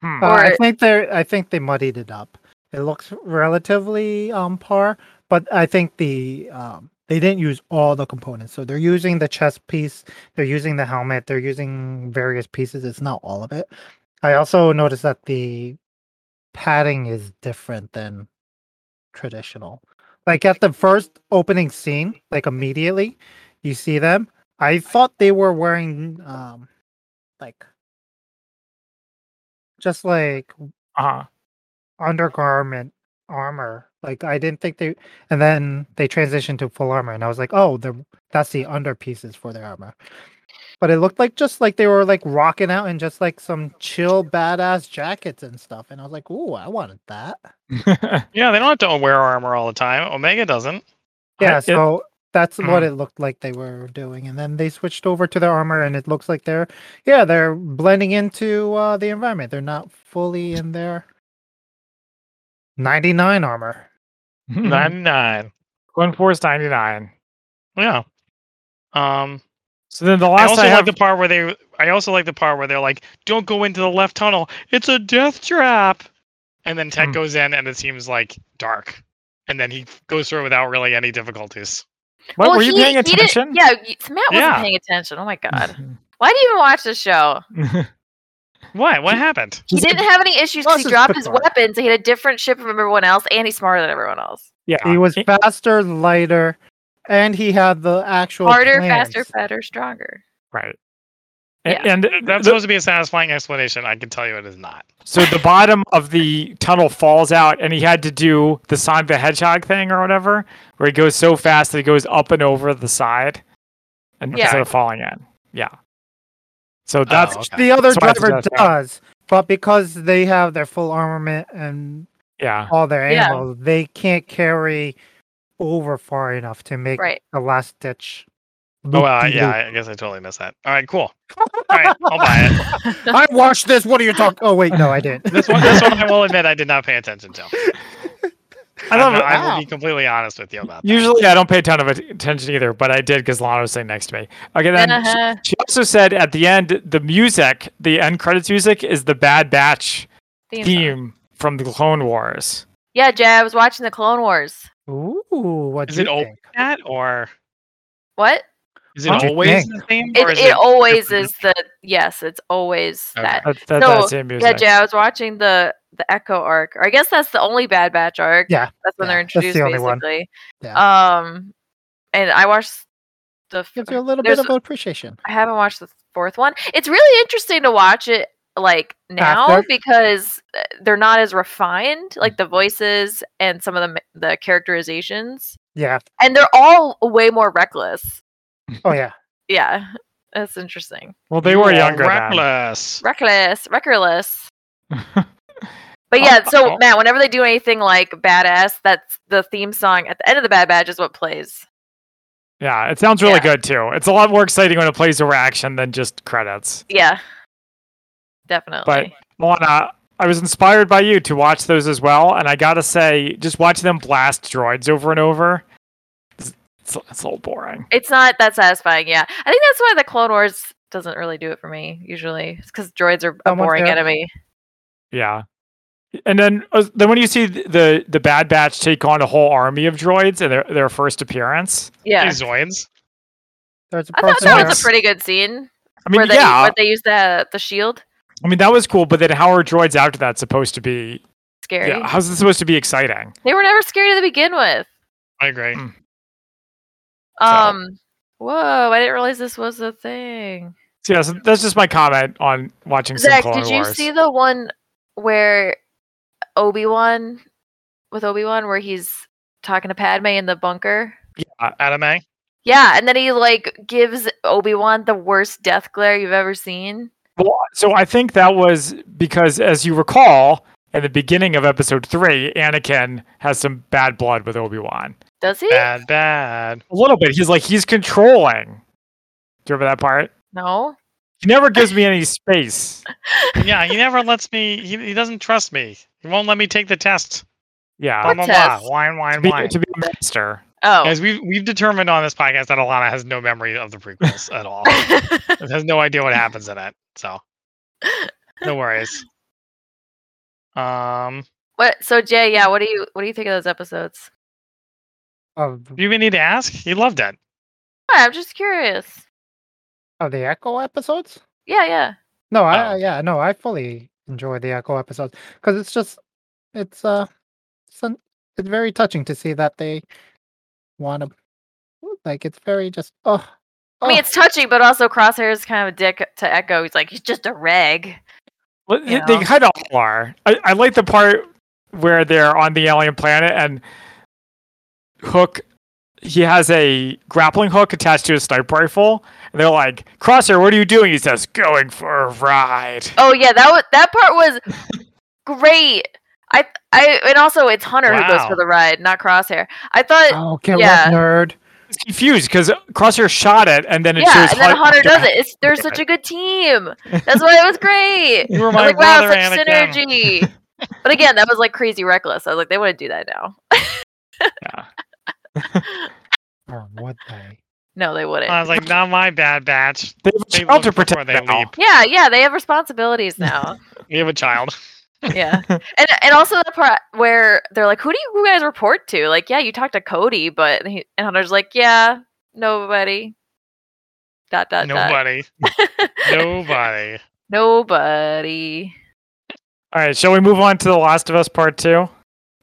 Speaker 1: Hmm.
Speaker 2: Uh, I
Speaker 3: Or-
Speaker 2: think they I think they muddied it up. It looks relatively on par, but I think the um, they didn't use all the components. So they're using the chest piece, they're using the helmet, they're using various pieces. It's not all of it. I also noticed that the padding is different than traditional. Like at the first opening scene, like immediately, you see them. I thought they were wearing um, like just like
Speaker 1: Uh-huh.
Speaker 2: undergarment armor. Like I didn't think they, and then they transitioned to full armor, and I was like, oh, they're that's the under pieces for their armor. But it looked like just like they were like rocking out in just like some chill badass jackets and stuff, and I was like, ooh, I wanted that.
Speaker 1: Uh-huh.
Speaker 4: Yeah, they don't have to wear armor all the time. Omega doesn't.
Speaker 1: I-
Speaker 2: Yeah,
Speaker 1: it-
Speaker 2: so that's what
Speaker 1: Mm.
Speaker 2: it looked like they were doing, and then they switched over to their armor, and it looks like they're yeah they're blending into uh, the environment. They're not fully in their ninety nine armor.
Speaker 1: Hmm.
Speaker 4: Nine nine.
Speaker 1: One force ninety nine.
Speaker 4: Yeah. Um.
Speaker 1: So then the
Speaker 4: I
Speaker 1: last
Speaker 4: also
Speaker 1: I,
Speaker 4: like
Speaker 1: have.
Speaker 4: the part where they. I also like the part where they're like, "Don't go into the left tunnel. It's a death trap." And then Tech
Speaker 1: Hmm.
Speaker 4: goes in, and it seems like dark. And then he goes through it without really any difficulties.
Speaker 1: What,
Speaker 3: Well,
Speaker 1: were you
Speaker 3: Oh, he-
Speaker 1: paying
Speaker 3: he didn't-
Speaker 1: attention?
Speaker 3: yeah, y- Matt wasn't
Speaker 4: Yeah.
Speaker 3: paying attention. Oh my god, why do you even watch this show?
Speaker 4: Why? What happened?
Speaker 3: He didn't have any issues
Speaker 2: Plus
Speaker 3: because he
Speaker 2: his
Speaker 3: dropped his
Speaker 2: Picard.
Speaker 3: weapons. He had a different ship from everyone else, and he's smarter than everyone else.
Speaker 1: yeah.
Speaker 2: He was
Speaker 1: He-
Speaker 2: faster, lighter, and he had the actual
Speaker 3: Harder,
Speaker 2: plans.
Speaker 3: faster, better, stronger.
Speaker 1: right.
Speaker 3: Yeah.
Speaker 1: And, and
Speaker 4: That's
Speaker 1: the-
Speaker 4: supposed to be a satisfying explanation. I can tell you it is not.
Speaker 1: so the bottom of the tunnel falls out, and he had to do the Sonic the Hedgehog thing or whatever, where he goes so fast that he goes up and over the side, and
Speaker 3: Yeah.
Speaker 1: instead of falling in. Yeah. So that's
Speaker 4: Oh, okay.
Speaker 2: The other
Speaker 1: That's why it's a
Speaker 2: driver
Speaker 1: death trap.
Speaker 2: does, But because they have their full armament and
Speaker 1: Yeah.
Speaker 2: all their
Speaker 3: Yeah.
Speaker 2: ammo, they can't carry over far enough to make
Speaker 3: Right.
Speaker 2: the last ditch.
Speaker 4: Oh, well, I-
Speaker 2: loop-de-loop.
Speaker 4: yeah, I guess I totally missed that. All right, cool. All right, I'll buy it.
Speaker 2: I watched this. What are you talking? Oh wait, no, I didn't.
Speaker 4: This one, this one, I will admit, I did not pay attention to.
Speaker 1: I
Speaker 4: I,
Speaker 1: love
Speaker 4: will-
Speaker 1: it.
Speaker 4: I will
Speaker 2: Wow.
Speaker 4: be completely honest with you about that.
Speaker 1: Usually I don't pay a ton of att- attention either, but I did because Lana was sitting next to me. Okay, then she-
Speaker 3: Uh-huh.
Speaker 1: she also said at the end, the music, the end credits music, is the Bad Batch
Speaker 3: Theme song.
Speaker 1: theme from the Clone Wars.
Speaker 3: Yeah, Jay, I was watching the Clone Wars.
Speaker 2: Ooh, what
Speaker 4: Is
Speaker 2: you
Speaker 4: it old?
Speaker 2: think?
Speaker 4: That or
Speaker 3: What?
Speaker 4: is it
Speaker 2: What do you
Speaker 4: always
Speaker 2: think?
Speaker 4: the same?
Speaker 3: It,
Speaker 4: or is
Speaker 3: it, always
Speaker 4: different?
Speaker 3: is the yes, it's always
Speaker 4: Okay.
Speaker 3: that.
Speaker 1: That, that,
Speaker 3: So,
Speaker 1: that same
Speaker 3: Yeah,
Speaker 1: music.
Speaker 3: Jay, I was watching the the Echo arc. Or I guess that's the only Bad Batch arc.
Speaker 2: Yeah,
Speaker 3: that's when they're
Speaker 2: yeah, that's the
Speaker 3: introduced
Speaker 2: only one.
Speaker 3: basically. Um, and I watched the. f-
Speaker 2: Gives you a little
Speaker 3: There's-
Speaker 2: bit of appreciation.
Speaker 3: I haven't watched the fourth one. It's really interesting to watch it like now
Speaker 2: After? Mm.
Speaker 3: because uh, they're not as refined, like the voices and some of the ma- the characterizations,
Speaker 2: Yeah.
Speaker 3: and they're all way more reckless.
Speaker 2: Oh yeah.
Speaker 3: Yeah, that's interesting.
Speaker 1: Well, they
Speaker 4: You
Speaker 1: were
Speaker 4: are
Speaker 1: younger then.
Speaker 4: Reckless.
Speaker 3: Reckless, reckless. But yeah,
Speaker 4: Oh,
Speaker 3: so
Speaker 4: oh.
Speaker 3: Matt, whenever they do anything like badass, that's the theme song at the end of the Bad Badge is what plays.
Speaker 1: Yeah, it sounds really
Speaker 3: Yeah.
Speaker 1: good too. It's a lot more exciting when it plays over action than just credits.
Speaker 3: Yeah, definitely.
Speaker 1: Lana, I was inspired by you to watch those as well, and I gotta say, just watching them blast droids over and over, it's, it's, it's a little boring.
Speaker 3: it's not that satisfying. Yeah, I think that's why the Clone Wars doesn't really do it for me usually. It's because droids are a
Speaker 2: Someone's
Speaker 3: boring
Speaker 2: there.
Speaker 3: enemy.
Speaker 1: Yeah. And then, uh, then when you see th- the the Bad Batch take on a whole army of droids in their, their first appearance,
Speaker 3: Yeah,
Speaker 4: Hey, Zoids.
Speaker 2: There's a
Speaker 3: I thought
Speaker 2: person
Speaker 3: that
Speaker 2: there.
Speaker 3: was a pretty good scene
Speaker 1: I mean,
Speaker 3: where they
Speaker 1: yeah,
Speaker 3: where they use the the shield.
Speaker 1: I mean that was cool. But then, how are droids after that supposed to be?
Speaker 3: Scary.
Speaker 1: Yeah, how's it supposed to be exciting?
Speaker 3: They were never scary to begin with.
Speaker 4: I agree.
Speaker 1: Mm.
Speaker 3: Um. Whoa! I didn't realize this was a thing.
Speaker 1: So, yeah, so that's just my comment on watching
Speaker 3: Zach,
Speaker 1: some Clone
Speaker 3: did you
Speaker 1: Wars.
Speaker 3: see the one where Obi Wan with Obi Wan where he's talking to Padme in the bunker?
Speaker 4: Anime.
Speaker 3: Yeah, and then he like gives Obi Wan the worst death glare you've ever seen.
Speaker 1: Well, so I think that was because, as you recall, at the beginning of episode three, Anakin has some bad blood with Obi Wan.
Speaker 3: Does he?
Speaker 4: Bad, bad.
Speaker 1: A little bit. He's like he's controlling. Do you remember that part?
Speaker 3: No.
Speaker 1: He never gives me any space.
Speaker 4: Yeah, he never lets me. He, he doesn't trust me. He won't let me take the test.
Speaker 1: Yeah,
Speaker 4: Blah,
Speaker 3: What
Speaker 4: blah, blah.
Speaker 3: test?
Speaker 4: Wine,
Speaker 1: to
Speaker 4: wine,
Speaker 1: be,
Speaker 4: wine.
Speaker 1: to be a master.
Speaker 3: Oh.
Speaker 4: Guys, we've we've determined on this podcast that Alana has no memory of the prequels at all. has no idea what happens in it. So no worries. Um,
Speaker 3: what? So Jay, yeah, what do you what do you think of those episodes?
Speaker 2: of,
Speaker 4: do you even need to ask? He loved it.
Speaker 3: Yeah, I'm just curious.
Speaker 2: of the Echo episodes.
Speaker 3: Yeah, yeah.
Speaker 2: No,
Speaker 4: Oh.
Speaker 2: I yeah, no, I fully enjoy the Echo episodes because it's just it's uh it's, an, it's very touching to see that they want to like it's very just oh,
Speaker 3: I mean,
Speaker 2: oh,
Speaker 3: it's touching, but also Crosshair is kind of a dick to Echo. He's like, he's just a rag.
Speaker 1: Well,
Speaker 3: You
Speaker 1: They
Speaker 3: know.
Speaker 1: kind of all are. I, I like the part where they're on the alien planet and Hook. He has a grappling hook attached to his sniper rifle, and they're like, "Crosshair, what are you doing?" He says, "Going for a ride."
Speaker 3: Oh yeah, that was that part was great. I I and also it's Hunter who goes
Speaker 4: Wow.
Speaker 3: for the ride, not Crosshair. I thought
Speaker 2: oh get
Speaker 3: yeah.
Speaker 2: yeah. nerd.
Speaker 1: was confused because Crosshair shot it, and then it
Speaker 3: yeah,
Speaker 1: shows
Speaker 3: and then Hunter does
Speaker 1: doing
Speaker 3: it. It's they're such a good team. That's why it was great.
Speaker 4: You were
Speaker 3: I
Speaker 4: my
Speaker 3: was like, wow,
Speaker 4: brother,
Speaker 3: such
Speaker 4: Anakin.
Speaker 3: synergy. But again, that was like crazy reckless. I was like, they wouldn't do that now.
Speaker 2: Or would they?
Speaker 3: No, they wouldn't.
Speaker 4: I was like, not my bad batch.
Speaker 1: They have a
Speaker 4: They
Speaker 1: child to
Speaker 4: look before
Speaker 1: protect
Speaker 4: they
Speaker 1: now.
Speaker 4: leap.
Speaker 3: yeah, yeah, they have responsibilities now.
Speaker 4: We have a child.
Speaker 3: yeah, and and also the part where they're like, who do you guys report to? Like, yeah, you talk to Cody, but and he, and Hunter's like, yeah, nobody. Dot dot dot.
Speaker 4: Nobody. Nobody.
Speaker 3: Nobody.
Speaker 1: All right, shall we move on to The Last of Us Part Two?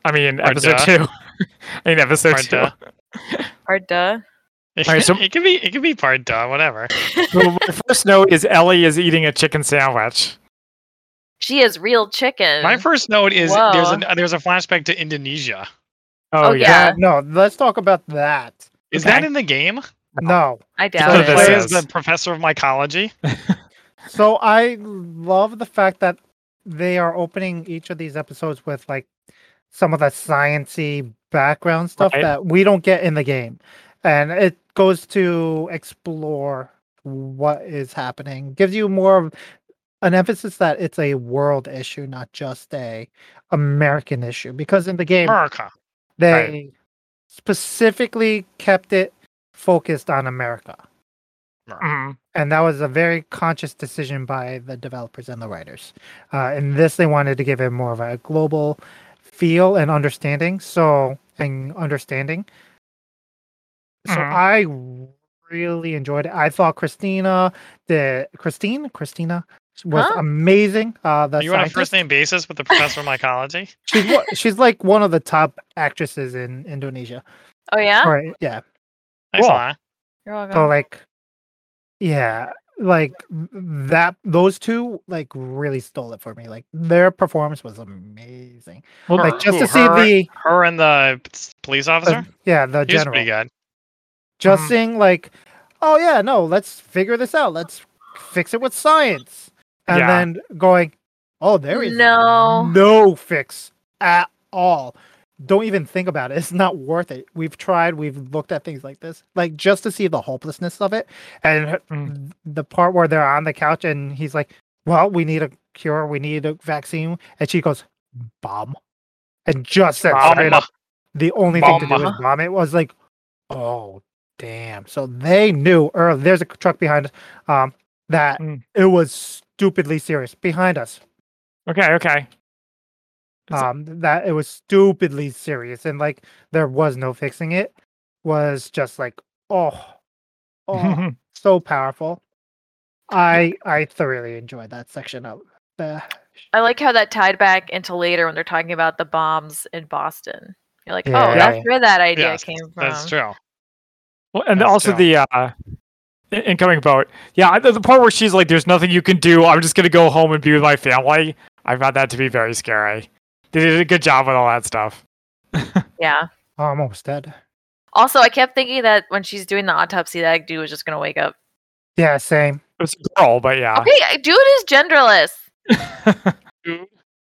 Speaker 1: I mean,
Speaker 4: Part
Speaker 1: episode
Speaker 4: duh.
Speaker 1: two. I mean, episode
Speaker 4: Part
Speaker 1: two.
Speaker 4: duh.
Speaker 3: Or duh.
Speaker 4: It,
Speaker 1: Alright, so-
Speaker 4: it can be. It can be part duh. Whatever.
Speaker 1: So my first note is Ellie is eating a chicken sandwich.
Speaker 3: She is real chicken.
Speaker 4: My first note is there's
Speaker 3: Whoa.
Speaker 4: a there's a flashback to Indonesia.
Speaker 1: Oh,
Speaker 3: Oh,
Speaker 1: yeah.
Speaker 3: yeah.
Speaker 2: Uh, no, let's talk about that.
Speaker 4: Is
Speaker 1: Okay.
Speaker 4: that in the game?
Speaker 2: No.
Speaker 3: I
Speaker 1: So
Speaker 3: doubt it.
Speaker 1: this
Speaker 4: Play as
Speaker 1: is.
Speaker 4: the professor of mycology.
Speaker 2: So I love the fact that they are opening each of these episodes with like some of the sciency background stuff
Speaker 1: Right.
Speaker 2: that we don't get in the game, and it goes to explore what is happening. Gives you more of an emphasis that it's a world issue, not just a American issue. Because in the game,
Speaker 4: America.
Speaker 2: they
Speaker 4: Ah. Right.
Speaker 2: specifically kept it focused on America.
Speaker 1: Mhm.
Speaker 2: And that was a very conscious decision by the developers and the writers. Uh, in this, they wanted to give it more of a global feel and understanding. So, and understanding. So
Speaker 1: Mhm.
Speaker 4: Mm-hmm.
Speaker 2: I really enjoyed it. I thought Christina, the Christine, Christina was
Speaker 3: Huh?
Speaker 2: amazing. Uh, the
Speaker 4: Are you on a
Speaker 2: scientist.
Speaker 4: first name basis with the professor of mycology?
Speaker 2: She's one- she's like one of the top actresses in Indonesia.
Speaker 3: Oh yeah.
Speaker 2: Or, yeah.
Speaker 4: Nice
Speaker 1: Cool.
Speaker 4: line.
Speaker 3: You're welcome.
Speaker 2: So like, yeah, like th- that. Those two like really stole it for me. Like their performance was amazing.
Speaker 1: Well,
Speaker 2: Like just
Speaker 4: Who,
Speaker 2: to see
Speaker 4: her-
Speaker 2: the
Speaker 4: Her and the p- police
Speaker 2: uh,
Speaker 4: officer.
Speaker 2: yeah the
Speaker 4: He was pretty
Speaker 2: general.
Speaker 4: good.
Speaker 2: Just
Speaker 4: mm-hmm.
Speaker 1: Mhm.
Speaker 2: seeing like, oh yeah, no, let's figure this out. Let's fix it with science, and
Speaker 1: Yeah.
Speaker 2: then going, oh there is
Speaker 3: No.
Speaker 2: no fix at all. Don't even think about it. It's not worth it. We've tried. We've looked at things like this, like just to see the hopelessness of it, and her-
Speaker 1: Mm.
Speaker 2: the part where they're on the couch and he's like, "Well, we need a cure. We need a vaccine," and she goes, "Bomb," and just said straight
Speaker 4: Mama.
Speaker 2: up, the only thing to do
Speaker 4: Bomb.
Speaker 2: is bomb. It was like, oh damn. So they knew early. There's a truck behind us. Um, that
Speaker 1: Mm.
Speaker 2: it was stupidly serious behind us
Speaker 1: Okay. Okay. It's-
Speaker 2: um that it was stupidly serious and like there was no fixing it was just like oh oh
Speaker 1: Mm-hmm.
Speaker 2: so powerful i i thoroughly enjoyed that section of the
Speaker 3: I like how that tied back into later when they're talking about the bombs in Boston. You're like, oh,
Speaker 2: Yeah.
Speaker 3: that's where that idea
Speaker 4: Yes,
Speaker 3: came from.
Speaker 4: That's true.
Speaker 1: Well, and
Speaker 4: That's
Speaker 1: also
Speaker 4: dope.
Speaker 1: the uh, in- incoming boat. Yeah, I- the, the part where she's like, "There's nothing you can do. I'm just gonna go home and be with my family." I found that to be very scary. They did a good job with all that stuff.
Speaker 3: Yeah.
Speaker 2: oh, almost dead
Speaker 3: Also, I kept thinking that when she's doing the autopsy, that dude was just gonna wake up.
Speaker 2: yeah same
Speaker 1: It was a girl, but
Speaker 2: Ah.
Speaker 1: yeah.
Speaker 3: Okay, I- dude is genderless.
Speaker 4: Dude,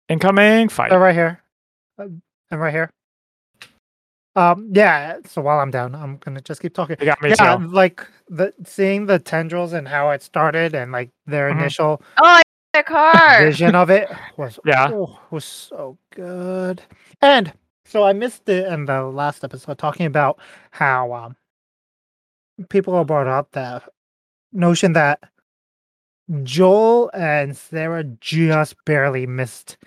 Speaker 1: Incoming fight.
Speaker 2: they're right here Um, i'm right here um yeah so while i'm down i'm gonna just keep talking
Speaker 1: They got me
Speaker 2: yeah
Speaker 1: too.
Speaker 2: like the seeing the tendrils and how it started and like their
Speaker 1: Mhm.
Speaker 2: initial
Speaker 3: Oh, I a car.
Speaker 2: vision of it was
Speaker 4: Ah.
Speaker 1: Yeah.
Speaker 2: Oh, it was so good. And so I missed it in the last episode talking about how um people have brought up the notion that Joel and Sarah just barely missed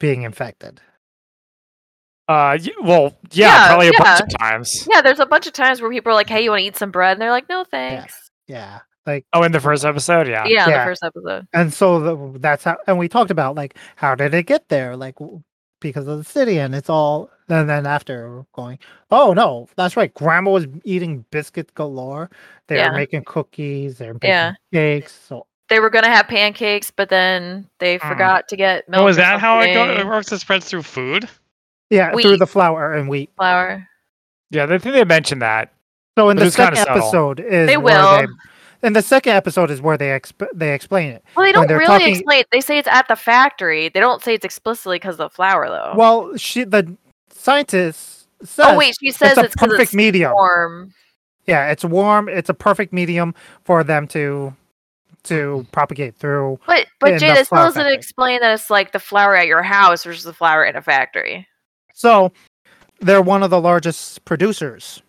Speaker 2: being infected.
Speaker 1: Uh, y- well, yeah,
Speaker 3: Yeah,
Speaker 1: probably a bunch
Speaker 3: yeah.
Speaker 1: of times.
Speaker 3: yeah, there's a bunch of times where people are like, "Hey, you want to eat some bread?" and they're like, "No, thanks."
Speaker 2: Yeah. Like
Speaker 1: Oh, in the first episode, yeah.
Speaker 3: Yeah, in
Speaker 2: Ah, Yeah.
Speaker 3: the first episode.
Speaker 2: and so the, that's how and we talked about like how did it get there like w- because of the city and it's all and then after we're going oh no that's right grandma was eating biscuits galore they're
Speaker 3: Yeah.
Speaker 2: making cookies they're making
Speaker 3: Yeah.
Speaker 2: cakes so
Speaker 3: They were gonna have pancakes, but then they
Speaker 1: Mm.
Speaker 3: forgot to get milk.
Speaker 4: oh, is
Speaker 3: or
Speaker 4: that how it, go- it
Speaker 3: something,
Speaker 4: works? It spreads through food.
Speaker 2: yeah through
Speaker 3: Wheat.
Speaker 2: the flour and wheat
Speaker 3: Flour.
Speaker 1: Yeah, they think they mentioned that.
Speaker 2: so in
Speaker 1: But
Speaker 2: the
Speaker 1: it's kinda
Speaker 2: second
Speaker 1: subtle.
Speaker 2: episode is
Speaker 3: They
Speaker 2: where
Speaker 3: will.
Speaker 2: they, in the second episode is where they exp- they explain it
Speaker 3: Well, they
Speaker 2: When
Speaker 3: don't
Speaker 2: they're
Speaker 3: really
Speaker 2: talking-
Speaker 3: explain. It. They say it's at the factory. They don't say it's explicitly because of the flour, though.
Speaker 2: well she the scientist says
Speaker 3: oh wait, she says
Speaker 2: it's a
Speaker 3: it's because
Speaker 2: perfect
Speaker 3: it's
Speaker 2: medium
Speaker 3: warm.
Speaker 2: Yeah, it's warm. It's a perfect medium for them to
Speaker 3: Mm-hmm.
Speaker 2: to propagate through.
Speaker 3: But but
Speaker 2: in
Speaker 3: Jay,
Speaker 2: the
Speaker 3: that still
Speaker 2: flour
Speaker 3: doesn't
Speaker 2: factory.
Speaker 3: explain that it's like the flour at your house versus the flour in a factory.
Speaker 2: So they're one of the largest producers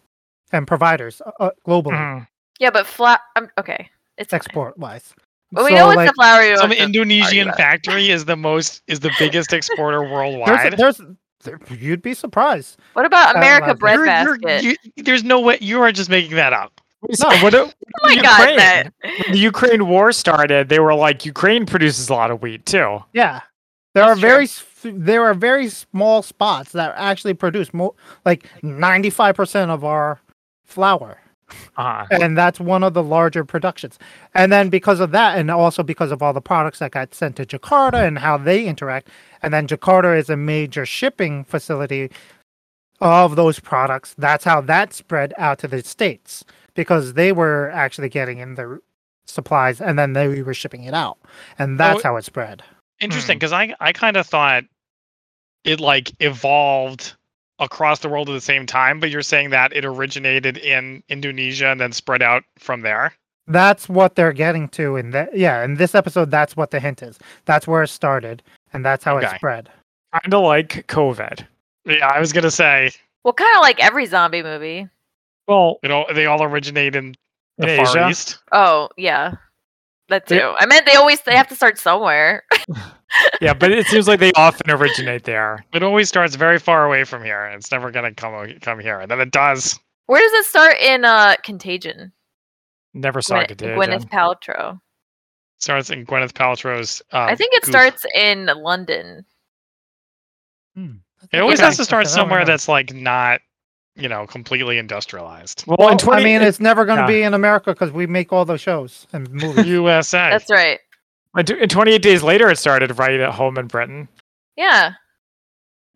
Speaker 2: and providers uh, globally,
Speaker 3: Mm-hmm.
Speaker 1: Mm.
Speaker 3: Yeah, but flour. Um, okay, it's fine.
Speaker 2: export wise.
Speaker 3: But we know it's the flour. you
Speaker 4: Some
Speaker 3: want to-
Speaker 4: Indonesian
Speaker 3: about it.
Speaker 4: factory is the most is the biggest exporter worldwide.
Speaker 2: there's, there's there, you'd be surprised.
Speaker 3: What about
Speaker 2: I
Speaker 3: America
Speaker 2: love it.
Speaker 3: bread
Speaker 4: You're- you're-
Speaker 3: basket?
Speaker 4: you- there's no way you are just making that up.
Speaker 1: So what do-
Speaker 3: oh my
Speaker 1: Ukraine.
Speaker 3: god, that
Speaker 1: the Ukraine war started, they were like, Ukraine produces a lot of wheat too.
Speaker 2: Yeah, there
Speaker 3: That's
Speaker 2: are
Speaker 3: true.
Speaker 2: very s- there are very small spots that actually produce mo- like ninety five percent of our flour.
Speaker 1: Uh-huh.
Speaker 2: and that's one of the larger productions. And then because of that, and also because of all the products that got sent to Jakarta and how they interact, and then Jakarta is a major shipping facility of those products. That's how that spread out to the states because they were actually getting in the supplies and then they were shipping it out, and that's how it spread.
Speaker 4: interesting because I I kind of thought it like evolved across the world at the same time, but you're saying that it originated in Indonesia and then spread out from there.
Speaker 2: That's what they're getting to in that. Yeah, in this episode, that's what the hint is. That's where it started, and that's how
Speaker 4: Okay.
Speaker 2: it spread.
Speaker 1: Kind of like COVID.
Speaker 4: Yeah, I was gonna say
Speaker 3: Well, kind of like every zombie movie.
Speaker 1: Well,
Speaker 4: you know they all originate in the
Speaker 1: in
Speaker 4: Far
Speaker 1: Asia.
Speaker 4: East.
Speaker 3: Oh yeah, that too.
Speaker 1: Yeah.
Speaker 3: I meant they always they have to start somewhere.
Speaker 1: yeah, but it seems like they often originate there.
Speaker 4: It always starts very far away from here, and it's never gonna come o- come here, and then it does.
Speaker 3: Where does it start in uh Contagion?
Speaker 1: Never saw
Speaker 3: Gwen-
Speaker 1: Contagion.
Speaker 3: Gwyneth Paltrow.
Speaker 4: Starts in Gwyneth Paltrow's. Um,
Speaker 3: I think it
Speaker 4: goof.
Speaker 3: starts in London.
Speaker 4: It always
Speaker 1: Okay.
Speaker 4: has to start
Speaker 2: That's what I
Speaker 4: somewhere
Speaker 2: remember.
Speaker 4: that's like not, you know, completely industrialized.
Speaker 1: Well,
Speaker 2: Well,
Speaker 1: in 20,
Speaker 2: I mean, it's never going to
Speaker 1: yeah.
Speaker 2: be in America because we make all those shows and movies.
Speaker 4: USA.
Speaker 3: That's right.
Speaker 1: in tw- in 28 days later, it started right at home in Britain.
Speaker 3: Yeah.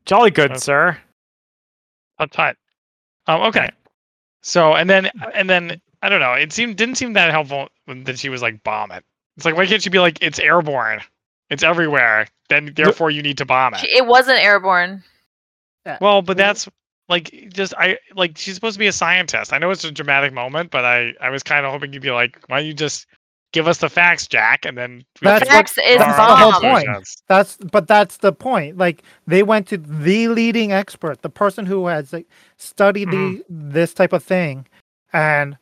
Speaker 1: Jolly good,
Speaker 4: Okay.
Speaker 1: sir.
Speaker 4: Hot pot. Um, okay. So and then and then I don't know. It seemed didn't seem that helpful when- that she was like bomb it. It's like why can't you be like it's airborne, it's everywhere. Then therefore you need to bomb
Speaker 3: She-
Speaker 4: it.
Speaker 3: It wasn't airborne.
Speaker 4: Well, but that's like just I like she's supposed to be a scientist. I know it's a dramatic moment, but I I was kind of hoping you'd be like, why don't you just give us the facts, Jack, and then we
Speaker 2: That's
Speaker 4: can
Speaker 2: what-
Speaker 3: Facts is
Speaker 4: draw
Speaker 2: that's
Speaker 4: our
Speaker 2: the whole
Speaker 4: own
Speaker 3: bomb.
Speaker 2: point.
Speaker 4: conclusions."
Speaker 2: That's but that's the point. Like they went to the leading expert, the person who has like, studied the
Speaker 1: Mm-hmm.
Speaker 2: this type of thing, and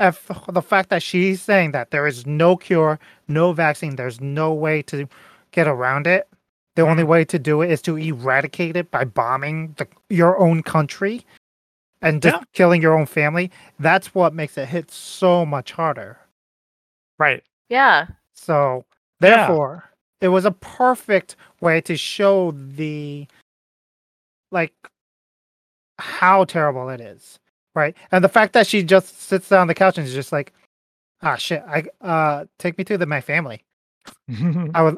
Speaker 2: if the fact that she's saying that there is no cure, no vaccine, there's no way to get around it. The only
Speaker 1: Mm-hmm.
Speaker 2: way to do it is to eradicate it by bombing the, your own country and just
Speaker 1: Yeah.
Speaker 2: killing your own family. That's what makes it hit so much harder.
Speaker 1: Right.
Speaker 3: Yeah.
Speaker 2: So
Speaker 1: Yeah.
Speaker 2: therefore, it was a perfect way to show the like how terrible it is, right? And the fact that she just sits down on the couch and is just like, "Ah, shit! I uh, take me to the, my family." I would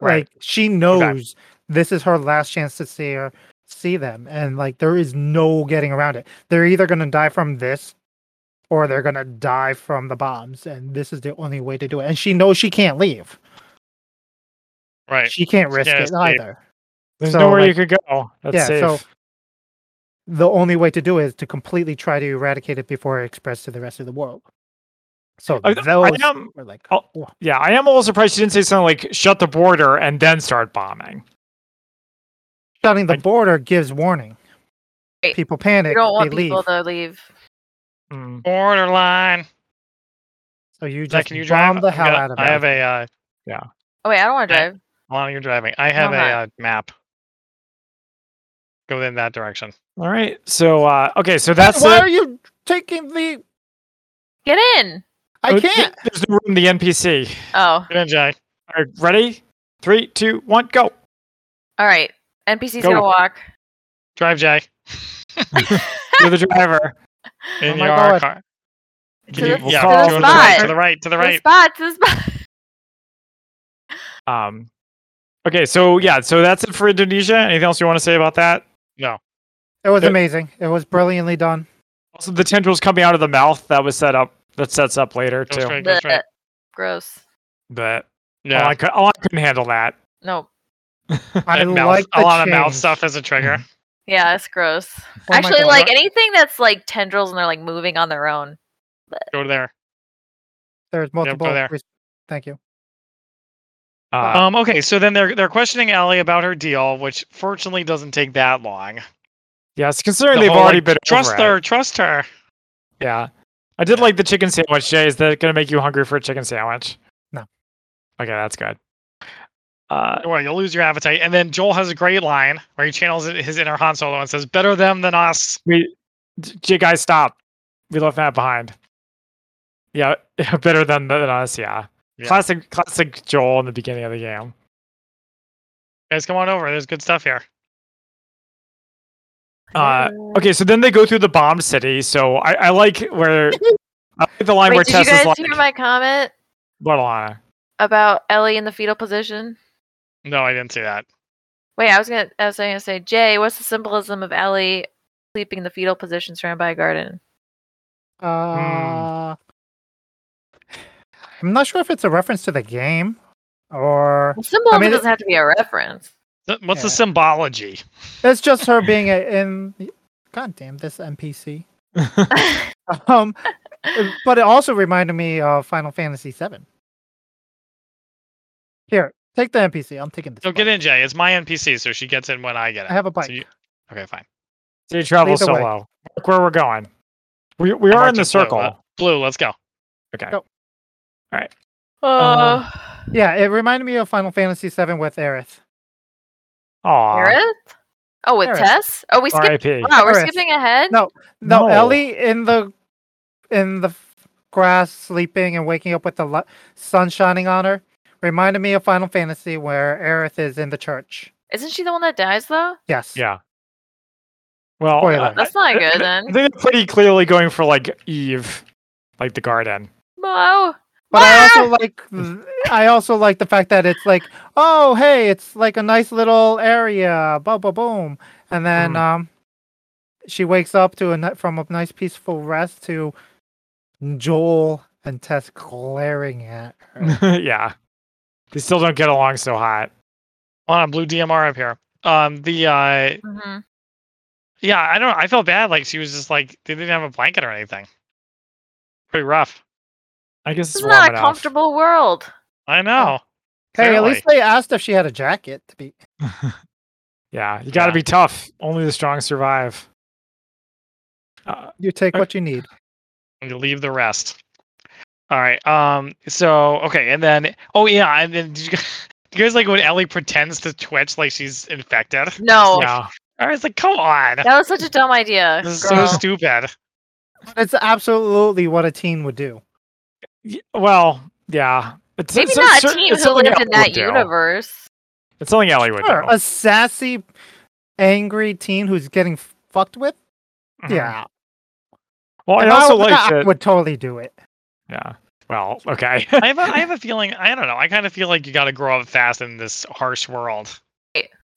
Speaker 1: Right.
Speaker 2: like she knows this is her last chance to see her see them, and like there is no getting around it. They're either gonna die from this, or they're gonna die from the bombs, and this is the only way to do it. And she knows she can't leave.
Speaker 4: Right.
Speaker 2: She can't risk
Speaker 4: can't
Speaker 2: it
Speaker 4: escape.
Speaker 2: either.
Speaker 1: There's
Speaker 2: So,
Speaker 1: nowhere you
Speaker 2: like-
Speaker 1: could go. That's
Speaker 2: yeah.
Speaker 1: safe.
Speaker 2: So the only way to do it is to completely try to eradicate it before it spreads to the rest of the world. So
Speaker 1: I- I
Speaker 2: those
Speaker 1: am-
Speaker 2: were like,
Speaker 1: I'll-
Speaker 2: "Oh,
Speaker 1: yeah, I am a little surprised she didn't say something like "shut the border" and then start bombing.
Speaker 2: shutting the
Speaker 1: I-
Speaker 2: border gives warning.
Speaker 3: Right.
Speaker 2: People panic.
Speaker 3: You don't want
Speaker 2: they
Speaker 3: people
Speaker 2: leave.
Speaker 3: to leave.
Speaker 1: Mm.
Speaker 4: Borderline.
Speaker 2: So you
Speaker 4: Zach,
Speaker 2: just
Speaker 4: can you
Speaker 2: bomb
Speaker 4: drive?
Speaker 2: the
Speaker 4: I've
Speaker 2: hell
Speaker 4: got-
Speaker 2: out of it.
Speaker 4: I have a uh,
Speaker 3: Oh wait, I don't want to
Speaker 4: Right.
Speaker 3: drive.
Speaker 4: Alana, you're driving. I have a
Speaker 3: not.
Speaker 4: uh, map. Go in that direction.
Speaker 1: All right. So uh, okay. So that's
Speaker 2: Why
Speaker 1: it.
Speaker 2: are you taking the?
Speaker 3: Get in.
Speaker 1: Oh,
Speaker 2: I
Speaker 1: th-
Speaker 2: can't.
Speaker 1: There's no room in the NPC.
Speaker 3: Oh,
Speaker 4: Good in, Jay.
Speaker 1: All right, ready? Three, two, one, go.
Speaker 3: all right. NPC's
Speaker 1: Go.
Speaker 3: gonna walk.
Speaker 4: Drive, Jay.
Speaker 1: You're the driver.
Speaker 4: In
Speaker 2: Oh my
Speaker 4: your
Speaker 2: God.
Speaker 4: car.
Speaker 3: To
Speaker 1: you-
Speaker 3: the,
Speaker 1: we'll
Speaker 3: to
Speaker 4: yeah,
Speaker 1: call
Speaker 3: the
Speaker 4: to the right,
Speaker 3: spot.
Speaker 4: to the right, to the
Speaker 3: To the
Speaker 4: right.
Speaker 3: spot. To the spot.
Speaker 1: Um. Okay. So yeah. So that's it for Indonesia. Anything else you want to say about that?
Speaker 2: It was
Speaker 1: There-
Speaker 2: amazing. It was brilliantly done.
Speaker 1: Also, the tendrils coming out of the mouth that was set up. That sets up later
Speaker 4: Go
Speaker 1: too.
Speaker 4: straight, go straight.
Speaker 3: Blech. Gross.
Speaker 1: But
Speaker 2: Oh,
Speaker 1: yeah.
Speaker 4: Yeah.
Speaker 1: I, could, I couldn't handle that.
Speaker 3: No.
Speaker 2: I
Speaker 4: That mouth-
Speaker 2: like the
Speaker 4: a lot of mouth
Speaker 2: change.
Speaker 4: stuff as a trigger.
Speaker 3: Yeah, it's gross.
Speaker 2: my
Speaker 3: Actually,
Speaker 2: God.
Speaker 3: like anything that's like tendrils and they're like moving on their own.
Speaker 4: Go there.
Speaker 2: There's multiple.
Speaker 4: there.
Speaker 2: res- Thank you.
Speaker 1: Uh,
Speaker 4: Um, okay, so then they're they're questioning Ellie about her deal, which fortunately doesn't take that long.
Speaker 1: yes, considering
Speaker 4: The
Speaker 1: they've
Speaker 4: whole,
Speaker 1: already
Speaker 4: like,
Speaker 1: been
Speaker 4: trust
Speaker 1: over it.
Speaker 4: her, trust her.
Speaker 1: Yeah. I did like the chicken sandwich, Jay. Is that going to make you hungry for a chicken sandwich?
Speaker 2: No.
Speaker 1: Okay, that's good. Uh,
Speaker 4: Don't worry, you'll lose your appetite. And then Joel has a great line where he channels his inner Han Solo and says, "Better them than us."
Speaker 1: we, J- guys, stop. We left Matt behind. Yeah, better than, than us. Yeah.
Speaker 4: Yeah.
Speaker 1: Classic, classic Joel in the beginning of the game.
Speaker 4: Guys, come on over. There's good stuff here.
Speaker 1: Uh, Okay, so then they go through the bomb city. So I, I like where I like the line
Speaker 3: Wait,
Speaker 1: where
Speaker 3: did you
Speaker 1: Tessa's
Speaker 3: guys
Speaker 1: like,
Speaker 3: hear my comment
Speaker 1: "What, Alana?"
Speaker 3: about Ellie in the fetal position?
Speaker 4: No, I didn't see that.
Speaker 3: Wait, I was gonna. I was gonna say, Jay, what's the symbolism of Ellie sleeping in the fetal position surrounded by a garden?
Speaker 2: Uh, I'm not sure if it's a reference to the game or
Speaker 3: The symbolism
Speaker 2: mean, it-
Speaker 3: doesn't have to be a reference.
Speaker 4: Th- What's the
Speaker 2: Yeah.
Speaker 4: symbology?
Speaker 2: it's just her being a, in. God damn this NPC. Um, but it also reminded me of Final Fantasy VII. Here, take the NPC. I'm taking this.
Speaker 4: So get
Speaker 2: bike.
Speaker 4: in, Jay. It's my NPC, so she gets in when I get it.
Speaker 2: I have a
Speaker 4: So
Speaker 2: bike.
Speaker 4: you- okay, fine.
Speaker 1: They travel
Speaker 2: Lead the way.
Speaker 1: solo. Look where we're going. We we
Speaker 4: I'm
Speaker 1: are in the
Speaker 4: marching blue,
Speaker 1: circle.
Speaker 4: uh, Blue, let's go.
Speaker 1: Okay.
Speaker 2: Go.
Speaker 3: Oh,
Speaker 2: Yeah, it reminded me of Final Fantasy VII with Aerith.
Speaker 1: Aw.
Speaker 3: Aerith? Oh, with
Speaker 2: Aerith.
Speaker 3: Tess? Oh, we skipped.
Speaker 1: R.I.P.
Speaker 3: Wow, we're
Speaker 2: Aerith.
Speaker 3: skipping ahead.
Speaker 2: No, No,
Speaker 1: No.
Speaker 2: Ellie in the in the f- grass, sleeping and waking up with the li- sun shining on her, reminded me of Final Fantasy where Aerith is in the church.
Speaker 3: Isn't she the one that dies though?
Speaker 2: Yes.
Speaker 1: Yeah. Well,
Speaker 2: Spoiler.
Speaker 1: uh,
Speaker 3: That's not good
Speaker 1: I
Speaker 3: then.
Speaker 1: think they're pretty clearly going for like Eve, like the garden.
Speaker 3: Wow.
Speaker 2: But I
Speaker 1: Ah!
Speaker 2: also like th- I also like the fact that it's like, oh hey, it's like a nice little area, boom, boom, boom, and then
Speaker 1: Mhm.
Speaker 2: um, she wakes up to a ni- from a nice peaceful rest to Joel and Tess glaring at her.
Speaker 1: yeah. They still don't get along so hot.
Speaker 4: On a blue DMR up here. Um, the uh,
Speaker 3: Mhm.
Speaker 4: yeah, I don't. know. I felt bad. Like she was just like they didn't have a blanket or anything. Pretty rough.
Speaker 1: I guess it's
Speaker 3: This is
Speaker 1: warm
Speaker 3: not a
Speaker 1: enough.
Speaker 3: comfortable world.
Speaker 4: I know.
Speaker 2: Oh. hey, at
Speaker 4: Clearly.
Speaker 2: least they asked if she had a jacket to be
Speaker 1: Yeah, you got to
Speaker 4: Yeah.
Speaker 1: be tough. Only the strong survive. Uh,
Speaker 2: You take
Speaker 1: Okay.
Speaker 2: what you need.
Speaker 4: and you leave the rest. All right. Um. So okay, and then oh yeah, and then did you guys, you guys like when Ellie pretends to twitch like she's infected?
Speaker 3: No,
Speaker 1: yeah.
Speaker 4: I was like, come on,
Speaker 3: that was such a dumb idea.
Speaker 4: this is
Speaker 3: girl.
Speaker 4: so stupid.
Speaker 2: It's absolutely what a teen would do.
Speaker 1: Y- Well, yeah. It's,
Speaker 3: Maybe
Speaker 1: it's-
Speaker 3: not
Speaker 1: it's
Speaker 3: a
Speaker 1: cer-
Speaker 3: teen
Speaker 1: it's
Speaker 3: who
Speaker 1: something
Speaker 3: lived
Speaker 1: Ellie
Speaker 3: in that
Speaker 1: would do.
Speaker 3: universe.
Speaker 1: It's something Ellie would
Speaker 2: Sure,
Speaker 1: do.
Speaker 2: a sassy, angry teen who's getting fucked with.
Speaker 1: Mhm.
Speaker 2: Yeah,
Speaker 1: Well, I
Speaker 2: If
Speaker 1: also
Speaker 2: were her,
Speaker 1: like
Speaker 2: I
Speaker 1: that.
Speaker 2: would totally do it.
Speaker 1: Yeah. Well, okay.
Speaker 4: I have a, I have a feeling. I don't know. I kind of feel like you got to grow up fast in this harsh world.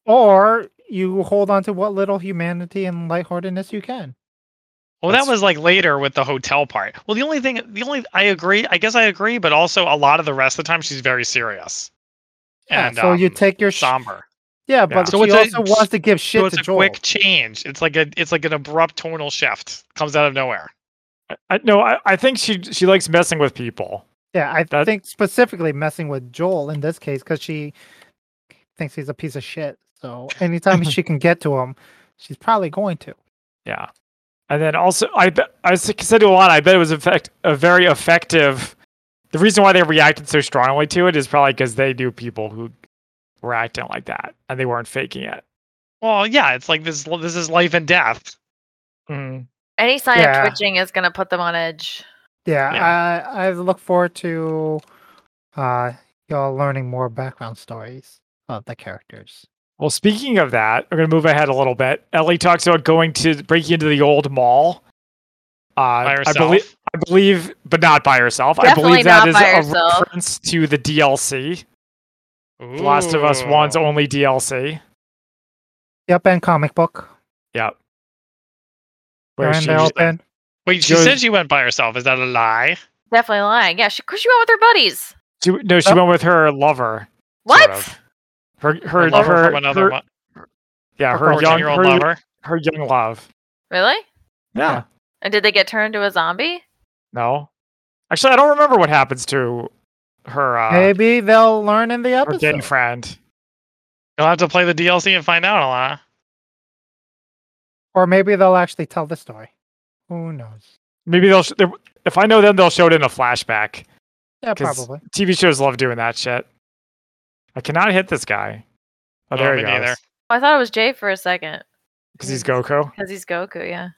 Speaker 2: Or you hold on to what little humanity and lightheartedness you can.
Speaker 4: Well,
Speaker 1: That's-
Speaker 4: that was like later with the hotel part. Well, the only thing, the only I agree. I guess I agree, but also a lot of the rest of the time she's very serious
Speaker 2: Yeah,
Speaker 4: and
Speaker 2: so you
Speaker 4: um,
Speaker 2: take your sh-
Speaker 4: somber.
Speaker 2: yeah, but
Speaker 1: yeah.
Speaker 4: So
Speaker 2: she
Speaker 4: it's a-
Speaker 2: also wants to give shit
Speaker 4: so it's
Speaker 2: to
Speaker 4: a
Speaker 2: Joel.
Speaker 4: quick change. It's like a it's like an abrupt tonal shift. Comes out of nowhere.
Speaker 1: I, no, I, I think she she likes messing with people.
Speaker 2: yeah, I
Speaker 1: that-
Speaker 2: think specifically messing with Joel in this case because she thinks he's a piece of shit. So anytime she can get to him, she's probably going to.
Speaker 1: Yeah. And then also, I be, I s- said to a lot. I bet it was effect a very effective. The reason why they reacted so strongly to it is probably because they knew people who were acting like that and they weren't faking it.
Speaker 4: Well, yeah, it's like this. This is life and death.
Speaker 1: Mm-hmm.
Speaker 3: Any sign
Speaker 2: Yeah.
Speaker 3: of twitching is going to put them on edge.
Speaker 2: Yeah,
Speaker 4: Yeah.
Speaker 2: I, I look forward to uh y'all learning more background stories of the characters.
Speaker 1: Well, speaking of that, we're gonna move ahead a little bit. Ellie talks about going to breaking into the old mall. Uh,
Speaker 4: By
Speaker 1: I
Speaker 4: herself.
Speaker 1: believe, I believe, but not by herself. I
Speaker 3: Definitely
Speaker 1: believe that
Speaker 3: not
Speaker 1: is
Speaker 3: by
Speaker 1: a
Speaker 3: herself.
Speaker 1: reference to the DLC, The Last of Us One's
Speaker 4: Ooh.
Speaker 1: only DLC.
Speaker 2: Yep, and comic book.
Speaker 1: Yep.
Speaker 2: They're
Speaker 1: Where
Speaker 2: in
Speaker 1: she-
Speaker 2: the open.
Speaker 4: Wait, she
Speaker 1: Goes-
Speaker 4: said she went by herself. Is that a lie?
Speaker 3: Definitely lying. Yeah, she, 'cause she went with her buddies.
Speaker 1: she- no, she
Speaker 4: Oh.
Speaker 2: Huh?
Speaker 1: went with her lover.
Speaker 3: What?
Speaker 1: of. Her her
Speaker 4: Her
Speaker 1: her,
Speaker 4: lover from another
Speaker 1: her-
Speaker 4: mo-
Speaker 1: yeah
Speaker 4: her
Speaker 1: her young
Speaker 4: fourteen-year-old
Speaker 1: her,
Speaker 4: lover.
Speaker 1: her young love.
Speaker 3: Really?
Speaker 1: Yeah.
Speaker 2: Yeah.
Speaker 3: And did they get turned into a zombie?
Speaker 1: No. Actually, I don't remember what happens to her uh,
Speaker 2: Maybe they'll learn in the
Speaker 1: her gay
Speaker 2: episode.
Speaker 1: friend.
Speaker 4: You'll have to play the DLC and find out, Alana.
Speaker 2: Or maybe they'll actually tell the story. Who knows?
Speaker 1: Maybe they'll sh- they- if I know them, they'll show it in a flashback.
Speaker 2: Yeah,
Speaker 1: 'Cause-
Speaker 2: probably.
Speaker 1: TV shows love doing that shit. I cannot hit this guy. Oh,
Speaker 4: No,
Speaker 1: there he
Speaker 4: me neither.
Speaker 1: goes.
Speaker 3: Oh, I thought it was Jay for a second
Speaker 1: Because he's Goku.
Speaker 3: because he's Goku. Yeah.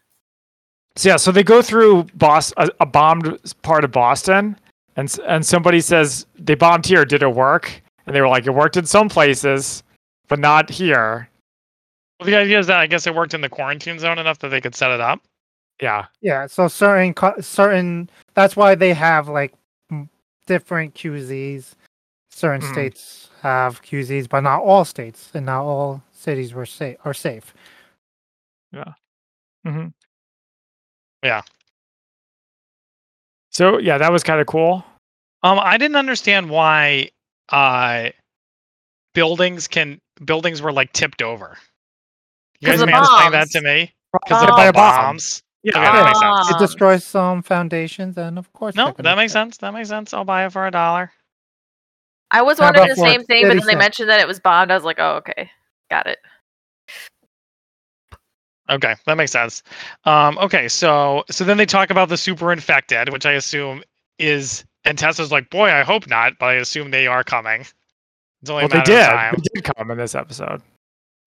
Speaker 1: So yeah, so they go through Bos- a, a bombed part of Boston, and s- and somebody says they bombed here. Did it work? And they were like, it worked in some places, but not here.
Speaker 4: Well, the idea is that I guess it worked in the quarantine zone enough that they could set it up.
Speaker 1: Yeah,
Speaker 2: Yeah, so certain co- certain that's why they have like m- different QZs. Certain
Speaker 4: Mm-hmm.
Speaker 1: Mm.
Speaker 2: states have QZs, but not all states and not all cities were safe are safe.
Speaker 1: So yeah, that was kind of cool.
Speaker 4: Um, I didn't understand why uh buildings can buildings were like tipped over. You
Speaker 3: 'Cause
Speaker 4: guys
Speaker 3: of
Speaker 4: may explain that
Speaker 3: bombs.
Speaker 4: to me because
Speaker 1: Bombs.
Speaker 4: they're
Speaker 1: By a
Speaker 4: bombs.
Speaker 1: bomb.
Speaker 4: Okay,
Speaker 1: Yeah.
Speaker 4: that makes sense.
Speaker 3: Ah.
Speaker 2: It destroys some foundations, and of course.
Speaker 4: Um No,
Speaker 2: they're gonna
Speaker 4: that makes
Speaker 2: attack.
Speaker 4: sense. That makes sense. I'll buy it for a dollar.
Speaker 3: I was
Speaker 2: How
Speaker 3: wondering
Speaker 2: about
Speaker 3: the
Speaker 2: for
Speaker 3: same thing, but then they
Speaker 2: 30
Speaker 3: mentioned that it was bombed. I was like, oh, okay, got it.
Speaker 4: Okay, that makes sense. Um, okay, so so then they talk about the super infected, which I assume is and Tessa's like, boy, I hope not, but I assume they are coming. It's only
Speaker 1: Well,
Speaker 4: a
Speaker 1: they
Speaker 4: matter
Speaker 1: did.
Speaker 4: of time.
Speaker 1: They did come in this episode.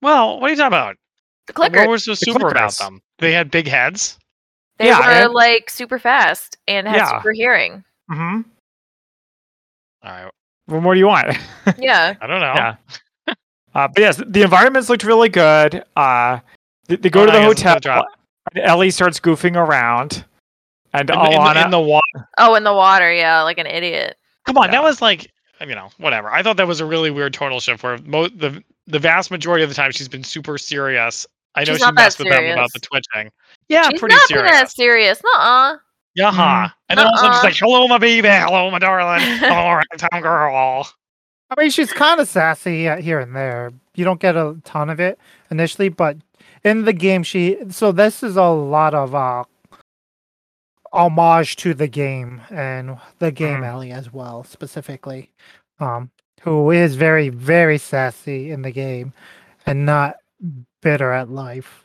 Speaker 4: Well, what are you talking about?
Speaker 3: The clicker.
Speaker 4: What was so super about
Speaker 1: clickers.
Speaker 4: them? They had big heads.
Speaker 3: They
Speaker 1: yeah,
Speaker 3: were
Speaker 1: and-
Speaker 3: like super fast and had
Speaker 1: Yeah.
Speaker 3: super hearing.
Speaker 1: Mm-hmm.
Speaker 4: All right,
Speaker 1: What more do you want?
Speaker 3: Yeah.
Speaker 4: I don't know.
Speaker 1: Yeah. Uh, but yes, the environments looked really good. Uh, they, they go
Speaker 4: Oh,
Speaker 1: to the
Speaker 4: no, I guess it's
Speaker 1: hotel.
Speaker 4: the drop.
Speaker 1: and Ellie starts goofing around, and
Speaker 4: In the- in the-
Speaker 1: Alana.
Speaker 4: in the water.
Speaker 3: Oh, in the water. Yeah, like an idiot.
Speaker 4: Come on,
Speaker 1: Yeah.
Speaker 4: that was like you know whatever. I thought that was a really weird total shift where mo- the the vast majority of the time she's been super serious. I know
Speaker 3: She's
Speaker 4: she
Speaker 3: not that
Speaker 4: messed with them about
Speaker 3: serious.
Speaker 4: the twitching. Yeah,
Speaker 3: She's
Speaker 4: pretty
Speaker 3: not
Speaker 4: serious.
Speaker 3: that serious. Nuh-uh.
Speaker 4: Yeah,
Speaker 1: Mhm.
Speaker 4: and then all of a sudden she's
Speaker 3: Uh-uh.
Speaker 4: like, "Hello, my baby. Hello, my darling. Hello, town girl."
Speaker 2: I mean, she's kind of sassy uh, here and there. You don't get a ton of it initially, but in the game, she. So this is a lot of uh, homage to the game and the game
Speaker 1: Mhm.
Speaker 2: Ellie as well, specifically, um, who is very, very sassy in the game and not bitter at life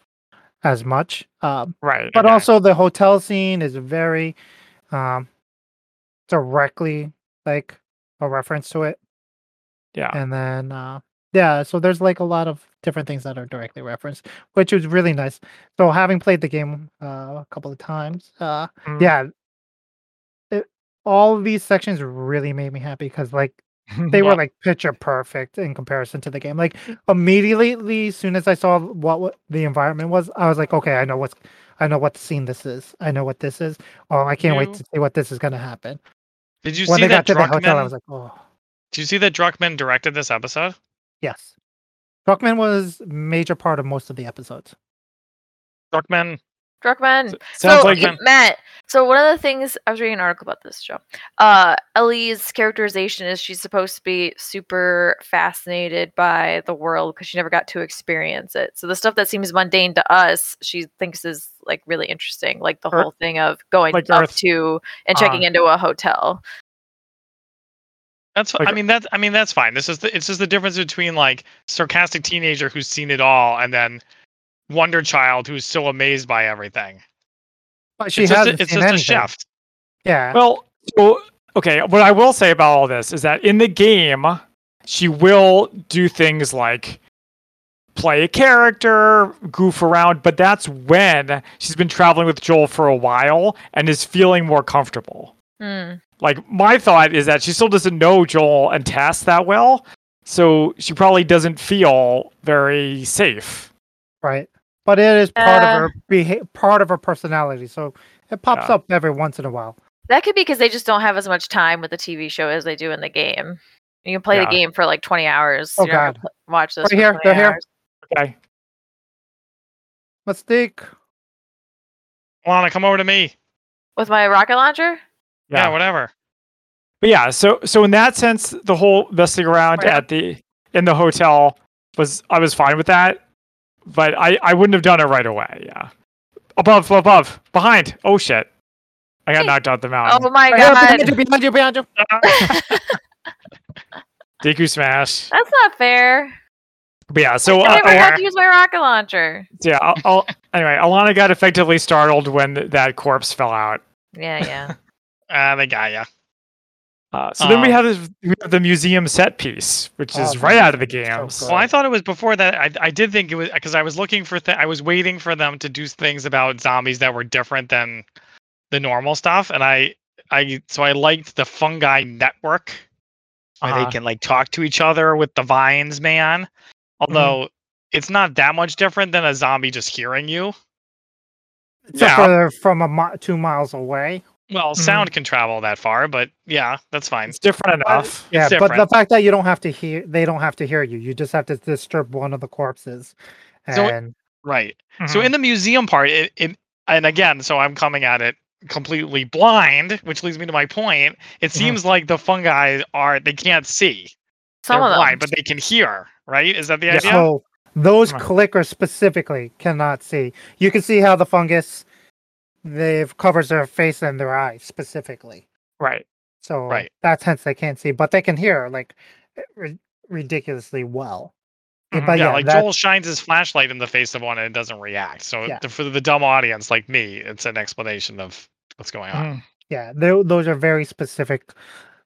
Speaker 2: as much. Um,
Speaker 1: right.
Speaker 2: but
Speaker 1: okay.
Speaker 2: also the hotel scene is very um directly like a reference to it
Speaker 1: yeah.
Speaker 2: and then uh yeah so there's like a lot of different things that are directly referenced which is really nice so having played the game uh, a couple of times uh
Speaker 1: Mhm.
Speaker 2: yeah it, all of these sections really made me happy because like they
Speaker 4: Yeah.
Speaker 2: were like picture perfect in comparison to the game. Like immediately, as soon as I saw what, what the environment was, I was like, okay, I know what's, I know what scene this is. I know what this is. Oh, I can't wait
Speaker 4: You-
Speaker 2: to see what this is gonna happen.
Speaker 4: Did you
Speaker 2: when they
Speaker 4: see
Speaker 2: got to
Speaker 4: that
Speaker 2: the hotel, I
Speaker 4: Druckmann?
Speaker 2: was like, oh,
Speaker 4: Did you see that Druckmann directed this episode?
Speaker 2: yes. Druckman was a major part of most of the episodes.
Speaker 4: Druckmann.
Speaker 3: Druckmann.
Speaker 1: Sounds
Speaker 3: so
Speaker 1: like
Speaker 3: it- Matt. So one of the things I was reading an article about this show. Uh, Ellie's characterization is she's supposed to be super fascinated by the world because she never got to experience it. So the stuff that seems mundane to us, she thinks is like really interesting, like the
Speaker 1: Earth-
Speaker 3: whole thing of going
Speaker 1: like
Speaker 3: up
Speaker 1: Earth.
Speaker 3: to and checking
Speaker 1: Uh.
Speaker 3: into a hotel.
Speaker 4: That's. fi- I
Speaker 1: Like-
Speaker 4: mean that's. I mean that's fine. This is. The, it's just the difference between like sarcastic teenager who's seen it all and then wonder child who's so amazed by everything.
Speaker 2: But she
Speaker 4: it's just.
Speaker 2: hasn't
Speaker 4: A, it's
Speaker 2: seen
Speaker 4: just a
Speaker 2: anything.
Speaker 4: shift.
Speaker 2: Yeah.
Speaker 1: Well, so, okay. What I will say about all this is that in the game, she will do things like play a character, goof around, but that's when she's been traveling with Joel for a while and is feeling more comfortable.
Speaker 3: Hmm.
Speaker 1: Like, my thought is that she still doesn't know Joel and Tess that well, so she probably doesn't feel very safe.
Speaker 2: right? But it is part
Speaker 4: Uh.
Speaker 3: Yeah.
Speaker 2: of her beha- part of her personality, so it pops
Speaker 1: Yeah.
Speaker 2: up every once in a while.
Speaker 3: That could be because they just don't have as much time with the TV show as they do in the game. You can play
Speaker 1: Yeah.
Speaker 3: the game for like 20 hours.
Speaker 2: Oh,
Speaker 3: You're not gonna
Speaker 2: God.
Speaker 3: pl- Watch this.
Speaker 2: Right
Speaker 3: for
Speaker 2: here,
Speaker 3: 20
Speaker 2: they're here.
Speaker 3: hours.
Speaker 1: Okay.
Speaker 2: Mistake.
Speaker 4: Lana, come over to me.
Speaker 3: With my rocket launcher?
Speaker 4: Yeah, whatever.
Speaker 1: But yeah, so so in that sense, the whole messing around
Speaker 2: Right.
Speaker 1: at the in the hotel was I was fine with that, but I I wouldn't have done it right away. Yeah, above, above, behind. Oh shit, I got
Speaker 3: Hey.
Speaker 1: knocked out the
Speaker 3: Oh
Speaker 1: mountain.
Speaker 3: my
Speaker 2: Right here,
Speaker 3: god.
Speaker 2: behind you, behind you, behind you.
Speaker 1: Deku smash.
Speaker 3: That's not fair.
Speaker 1: But yeah, so
Speaker 3: I
Speaker 1: uh,
Speaker 3: never
Speaker 1: Al-
Speaker 3: had to use my rocket launcher.
Speaker 1: yeah, I'll, I'll, anyway, Alana got effectively startled when th- that corpse fell out.
Speaker 3: Yeah, yeah.
Speaker 4: Ah, they got ya.
Speaker 1: Uh, so then we
Speaker 4: Um.
Speaker 1: have, this, we have the museum set piece, which
Speaker 2: Oh,
Speaker 1: is
Speaker 2: that
Speaker 1: right
Speaker 2: was
Speaker 1: out of the
Speaker 2: so
Speaker 1: games.
Speaker 2: good.
Speaker 4: Well, I thought it was before that. I, I did think it was because I was looking for th- I was waiting for them to do things about zombies that were different than the normal stuff, and I I so I liked the fungi network where
Speaker 1: Uh-huh.
Speaker 4: they can like talk to each other with the vines, man. Although
Speaker 2: Mm-hmm.
Speaker 4: it's not that much different than a zombie just hearing you.
Speaker 2: Except
Speaker 1: Yeah.
Speaker 2: for they're from a mi- two miles away.
Speaker 4: Well,
Speaker 1: Mhm.
Speaker 2: Mm-hmm.
Speaker 4: sound can travel that far, but yeah, that's fine.
Speaker 1: It's different enough.
Speaker 2: Yeah, but the
Speaker 4: different.
Speaker 2: fact that you don't have to hear, they don't have to hear you. You just have to disturb one of the corpses,
Speaker 4: So-
Speaker 2: and
Speaker 4: Right. So
Speaker 1: Mhm.
Speaker 4: in the museum part, it, it and again, so I'm coming at it completely blind, which leads me to my point. It
Speaker 1: Mhm.
Speaker 4: seems like the fungi are they can't see.
Speaker 3: Some of them.
Speaker 4: blind, but they can hear, right? Is that the
Speaker 1: Yeah.
Speaker 4: idea?
Speaker 2: So those
Speaker 1: Come on.
Speaker 2: clickers specifically cannot see. You can see how the fungus they've covers their face and their eyes specifically.
Speaker 1: Right.
Speaker 2: So
Speaker 4: Right.
Speaker 2: that's hence they can't see, but they can hear like ri- ridiculously well.
Speaker 1: Mhm.
Speaker 2: But
Speaker 4: Mm-hmm. yeah,
Speaker 2: yeah,
Speaker 4: like
Speaker 2: that-
Speaker 4: Joel shines his flashlight in the face of one and it doesn't react. So
Speaker 2: Yeah.
Speaker 4: to- for the dumb audience like me, it's an explanation of what's going on.
Speaker 1: Mhm.
Speaker 2: Yeah, tho- those are very specific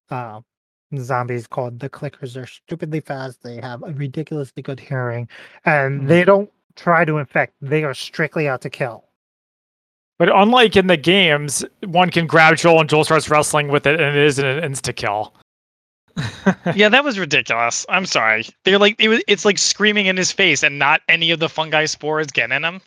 Speaker 2: uh, zombies called the clickers. They're stupidly fast. They have a ridiculously good hearing, and
Speaker 1: Mhm.
Speaker 2: they don't try to infect. They are strictly out to kill.
Speaker 1: But unlike in the games, one can grab Joel and Joel starts wrestling with it, and it isn't an insta kill.
Speaker 4: yeah, that was ridiculous. I'm sorry. They're like it was, it's like screaming in his face and not any of the fungi spores getting in him.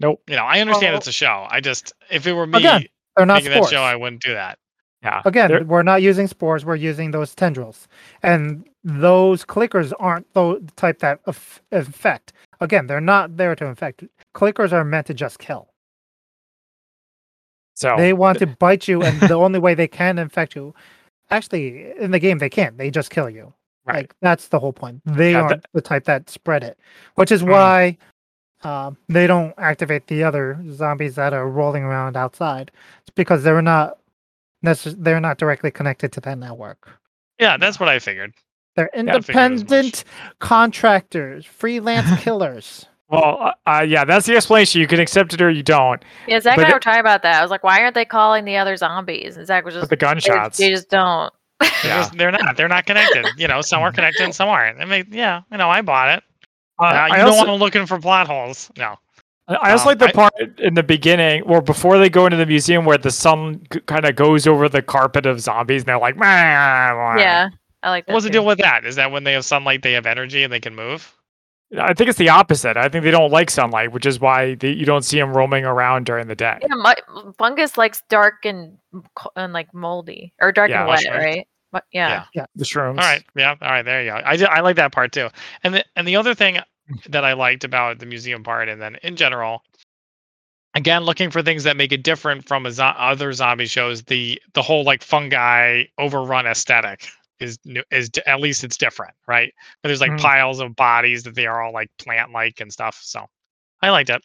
Speaker 1: Nope.
Speaker 4: You know, I understand
Speaker 2: Well-
Speaker 4: it's a show. I just if it were me
Speaker 2: Again, They're not
Speaker 4: making that
Speaker 2: spores.
Speaker 4: show, I wouldn't do that.
Speaker 1: Yeah.
Speaker 2: Again,
Speaker 1: They're-
Speaker 2: we're not using spores. We're using those tendrils, and those clickers aren't the type that aff- infect. Again, they're not there to infect. Clickers are meant to just kill.
Speaker 4: Oh.
Speaker 1: So
Speaker 2: They want to bite you, and the only way they can infect you, actually, in the game, they can't. They just kill you.
Speaker 1: Right.
Speaker 2: Like that's the whole point. They
Speaker 1: Yeah,
Speaker 2: aren't
Speaker 1: that-
Speaker 2: the type that spread it, which is
Speaker 1: Mm.
Speaker 2: why um, they don't activate the other zombies that are rolling around outside. It's because they're not necess- They're not directly connected to that network.
Speaker 4: Yeah, that's what I figured.
Speaker 2: They're
Speaker 4: figured as much.
Speaker 2: independent contractors, freelance killers.
Speaker 1: well, uh, uh, yeah, that's the explanation. You can accept it or you don't.
Speaker 3: Yeah, Zach
Speaker 1: But
Speaker 3: and I
Speaker 1: the-
Speaker 3: were talking about that. I was like, why aren't they calling the other zombies? And Zach was
Speaker 1: But
Speaker 3: just,
Speaker 1: the
Speaker 3: they just-
Speaker 1: gunshots.
Speaker 3: they just don't.
Speaker 4: They're,
Speaker 1: Yeah.
Speaker 4: just- they're not. They're not connected. You know, some are connected and some aren't. I mean, yeah, you know, I bought it.
Speaker 1: Uh,
Speaker 4: Now, you
Speaker 1: I
Speaker 4: don't
Speaker 1: also,
Speaker 4: want to looking for plot holes. No.
Speaker 1: I- I also
Speaker 4: um,
Speaker 1: like the
Speaker 4: I-
Speaker 1: part in the beginning, or before they go into the museum, where the sun kind of goes over the carpet of zombies, and they're like, "Yeah."
Speaker 3: Yeah, I like that.
Speaker 4: What's the
Speaker 3: too.
Speaker 4: deal with that? Is that when they have sunlight, they have energy and they can move?
Speaker 1: I think it's the opposite. I think they don't like sunlight, which is why they, you don't see them roaming around during the day.
Speaker 3: Yeah, mu- fungus likes dark and co- and like moldy or dark
Speaker 1: Yeah.
Speaker 3: and wet,
Speaker 4: Mushrooms.
Speaker 3: right? Mu- yeah.
Speaker 1: The shrooms.
Speaker 4: All right. Yeah. All right. There you go. I, di- I like that part too. And the, and the other thing that I liked about the museum part and then in general, again, looking for things that make it different from a zo- other zombie shows, the the whole like fungi overrun aesthetic is new, is di- at least it's different, right? But there's like
Speaker 1: Mhm.
Speaker 4: piles of bodies that they are all like plant like and stuff. So I liked it.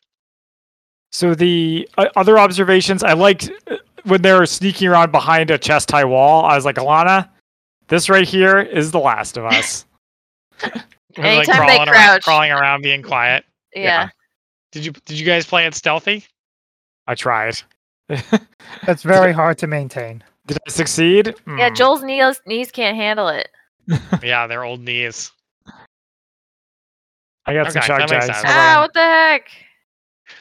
Speaker 1: So the uh, other observations I liked uh, when they were sneaking around behind a chest high wall. I was like, Alana, this right here is The Last of Us.
Speaker 4: It was, like,
Speaker 3: Anytime they
Speaker 4: crawling around,
Speaker 3: crouch.
Speaker 4: crawling around, being quiet.
Speaker 3: yeah,
Speaker 1: Yeah.
Speaker 4: Did you did you guys play it stealthy?
Speaker 1: I tried.
Speaker 2: That's very hard to maintain.
Speaker 1: Did I succeed?
Speaker 3: Yeah,
Speaker 1: Mm.
Speaker 3: Joel's knees knees can't handle it.
Speaker 4: yeah, their old knees.
Speaker 1: I got some
Speaker 4: Okay,
Speaker 1: shock
Speaker 4: that makes
Speaker 1: jacks.
Speaker 4: sense.
Speaker 1: Hold on.
Speaker 3: Ah, what the heck?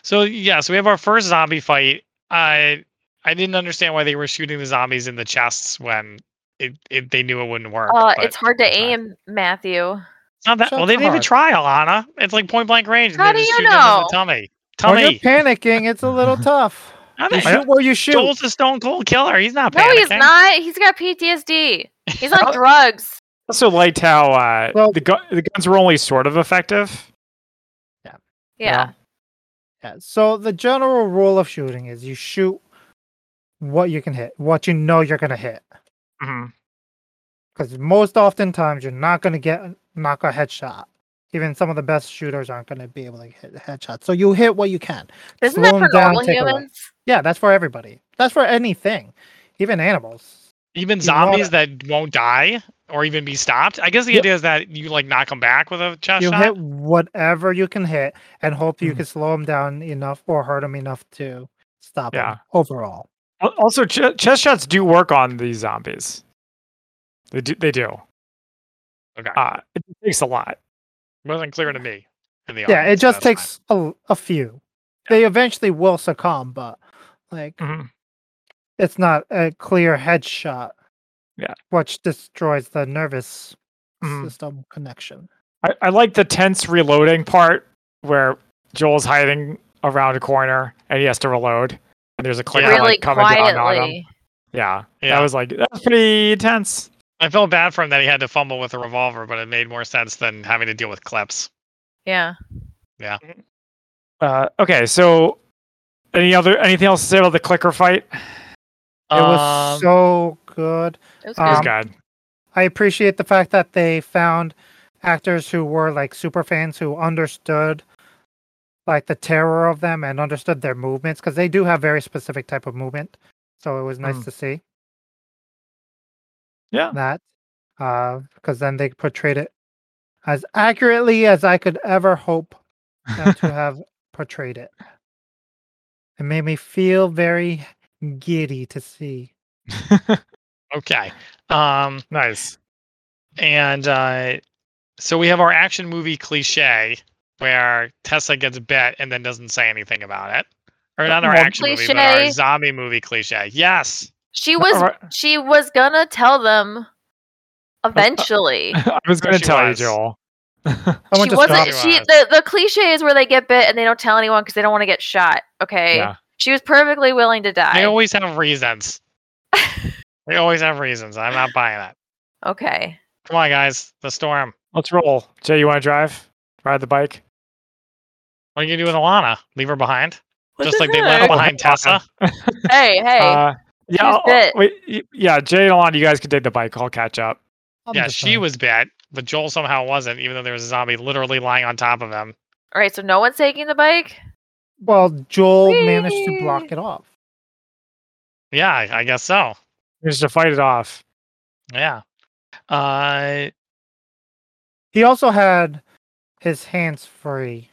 Speaker 4: So yeah, so we have our first zombie fight. I I didn't understand why they were shooting the zombies in the chests when it, it they knew it wouldn't work.
Speaker 3: Uh,
Speaker 4: but
Speaker 3: it's hard to
Speaker 4: that's fine.
Speaker 3: aim, Matthew.
Speaker 4: It's not that
Speaker 2: So
Speaker 4: well. They didn't even
Speaker 2: hard.
Speaker 4: try, Alana. It's like point blank range. and
Speaker 3: How
Speaker 4: they're
Speaker 3: do
Speaker 4: just
Speaker 3: you
Speaker 4: shooting them in
Speaker 3: know?
Speaker 4: the tummy.
Speaker 2: When you're
Speaker 4: Tummy.
Speaker 2: panicking, it's a little tough.
Speaker 4: How
Speaker 2: You
Speaker 4: the hell-
Speaker 2: shoot where you shoot.
Speaker 4: Joel's a stone cold killer. He's not
Speaker 3: No, he's
Speaker 4: panicking.
Speaker 3: not. He's got PTSD. He's on drugs.
Speaker 1: I also liked how uh,
Speaker 2: Well-
Speaker 1: the, gu- the guns were only sort of effective.
Speaker 3: Yeah.
Speaker 2: Yeah, So the general rule of shooting is you shoot what you can hit, what you know you're gonna hit. Mm-hmm.
Speaker 1: hmm
Speaker 2: Because most oftentimes you're not gonna get knock a headshot. Even some of the best shooters aren't gonna be able to hit a headshot. So you hit what you can.
Speaker 3: Isn't
Speaker 2: Slow
Speaker 3: that for
Speaker 2: him down,
Speaker 3: normal
Speaker 2: take away.
Speaker 3: humans?
Speaker 2: Yeah, that's for everybody. That's for anything, even animals.
Speaker 4: Even
Speaker 2: You wanna-
Speaker 4: zombies that won't die or even be stopped. I guess the
Speaker 2: Yep.
Speaker 4: idea is that you like knock them back with a chest
Speaker 2: you
Speaker 4: shot. Hmm.
Speaker 2: hit whatever you can hit and hope you
Speaker 1: Mhm.
Speaker 2: can slow him down enough or hurt him enough to stop
Speaker 1: Yeah.
Speaker 2: him overall.
Speaker 1: Al- Also, ch- chest shots do work on these zombies. They do. They do.
Speaker 4: Okay,
Speaker 1: Uh, it takes a lot.
Speaker 4: wasn't clear to me. in the
Speaker 2: yeah, it
Speaker 4: audience,
Speaker 2: just
Speaker 4: that's fine.
Speaker 2: takes a, a few. They eventually will succumb, but like
Speaker 4: Mm-hmm.
Speaker 1: Mhm.
Speaker 2: it's not a clear headshot.
Speaker 1: Yeah.
Speaker 2: which destroys the nervous
Speaker 4: Mm-hmm.
Speaker 1: Mhm.
Speaker 2: system connection.
Speaker 1: I, I like the tense reloading part where Joel's hiding around a corner and he has to reload. And there's a clicker
Speaker 4: Yeah,
Speaker 3: really
Speaker 1: like coming down on him.
Speaker 3: quietly.
Speaker 1: Yeah,
Speaker 4: Yeah.
Speaker 1: that was like that's pretty tense.
Speaker 4: I felt bad for him that he had to fumble with a revolver, but it made more sense than having to deal with clips.
Speaker 3: Yeah.
Speaker 1: Uh, okay, so any other anything else to say about the clicker fight?
Speaker 4: Um
Speaker 2: Um, It was so good.
Speaker 3: It was
Speaker 1: It was
Speaker 2: Um,
Speaker 1: good.
Speaker 2: I appreciate the fact that they found actors who were like super fans who understood like the terror of them and understood their movements because they do have very specific type of movement. So it was nice
Speaker 4: Hmm.
Speaker 1: Mm.
Speaker 2: to see.
Speaker 1: Yeah.
Speaker 2: That because then they portrayed it as accurately as I could ever hope them to have portrayed it. It made me feel very giddy to see.
Speaker 4: Okay. Um,
Speaker 1: Nice.
Speaker 4: and uh, so we have our action movie cliche where Tessa gets bit and then doesn't say anything about it. Or not our
Speaker 1: Well,
Speaker 4: action movie, but our
Speaker 3: cliche.
Speaker 4: zombie movie cliche. Yes.
Speaker 3: She was
Speaker 1: Alright.
Speaker 3: she was gonna tell them eventually.
Speaker 1: I was
Speaker 4: There
Speaker 1: going
Speaker 4: she
Speaker 1: to tell
Speaker 4: was.
Speaker 1: you, Joel.
Speaker 2: Someone
Speaker 3: she
Speaker 2: just
Speaker 3: wasn't
Speaker 4: dropped
Speaker 3: she
Speaker 4: us.
Speaker 3: the, the cliche is where they get bit and they don't tell anyone because they don't want to get shot. Okay.
Speaker 1: Yeah.
Speaker 3: She was perfectly willing to die.
Speaker 4: They always have reasons. they always have reasons. I'm not buying that.
Speaker 3: okay.
Speaker 4: Come on, guys. The storm.
Speaker 1: Let's roll. Jay, you want to drive? Ride the bike?
Speaker 4: What are you gonna do with Alana? Leave her behind?
Speaker 3: What
Speaker 4: Just
Speaker 3: the
Speaker 4: like they
Speaker 3: heck?
Speaker 4: left behind Tessa.
Speaker 3: Hey, hey.
Speaker 1: Uh, yeah,
Speaker 3: Who's
Speaker 1: I'll-
Speaker 3: bit?
Speaker 1: wait, y- yeah, Jay and Alon, you guys can take the bike. I'll catch up.
Speaker 2: I'm
Speaker 4: Yeah,
Speaker 2: just
Speaker 4: she
Speaker 2: saying.
Speaker 4: was bit, but Joel somehow wasn't, even though there was a zombie literally lying on top of him.
Speaker 3: All right, so no one's taking the bike?
Speaker 2: Well, Joel managed to
Speaker 3: Whee!
Speaker 2: block it off.
Speaker 4: Yeah, I I guess so.
Speaker 1: Just to fight it off.
Speaker 4: Yeah. Uh
Speaker 2: He also had his hands free.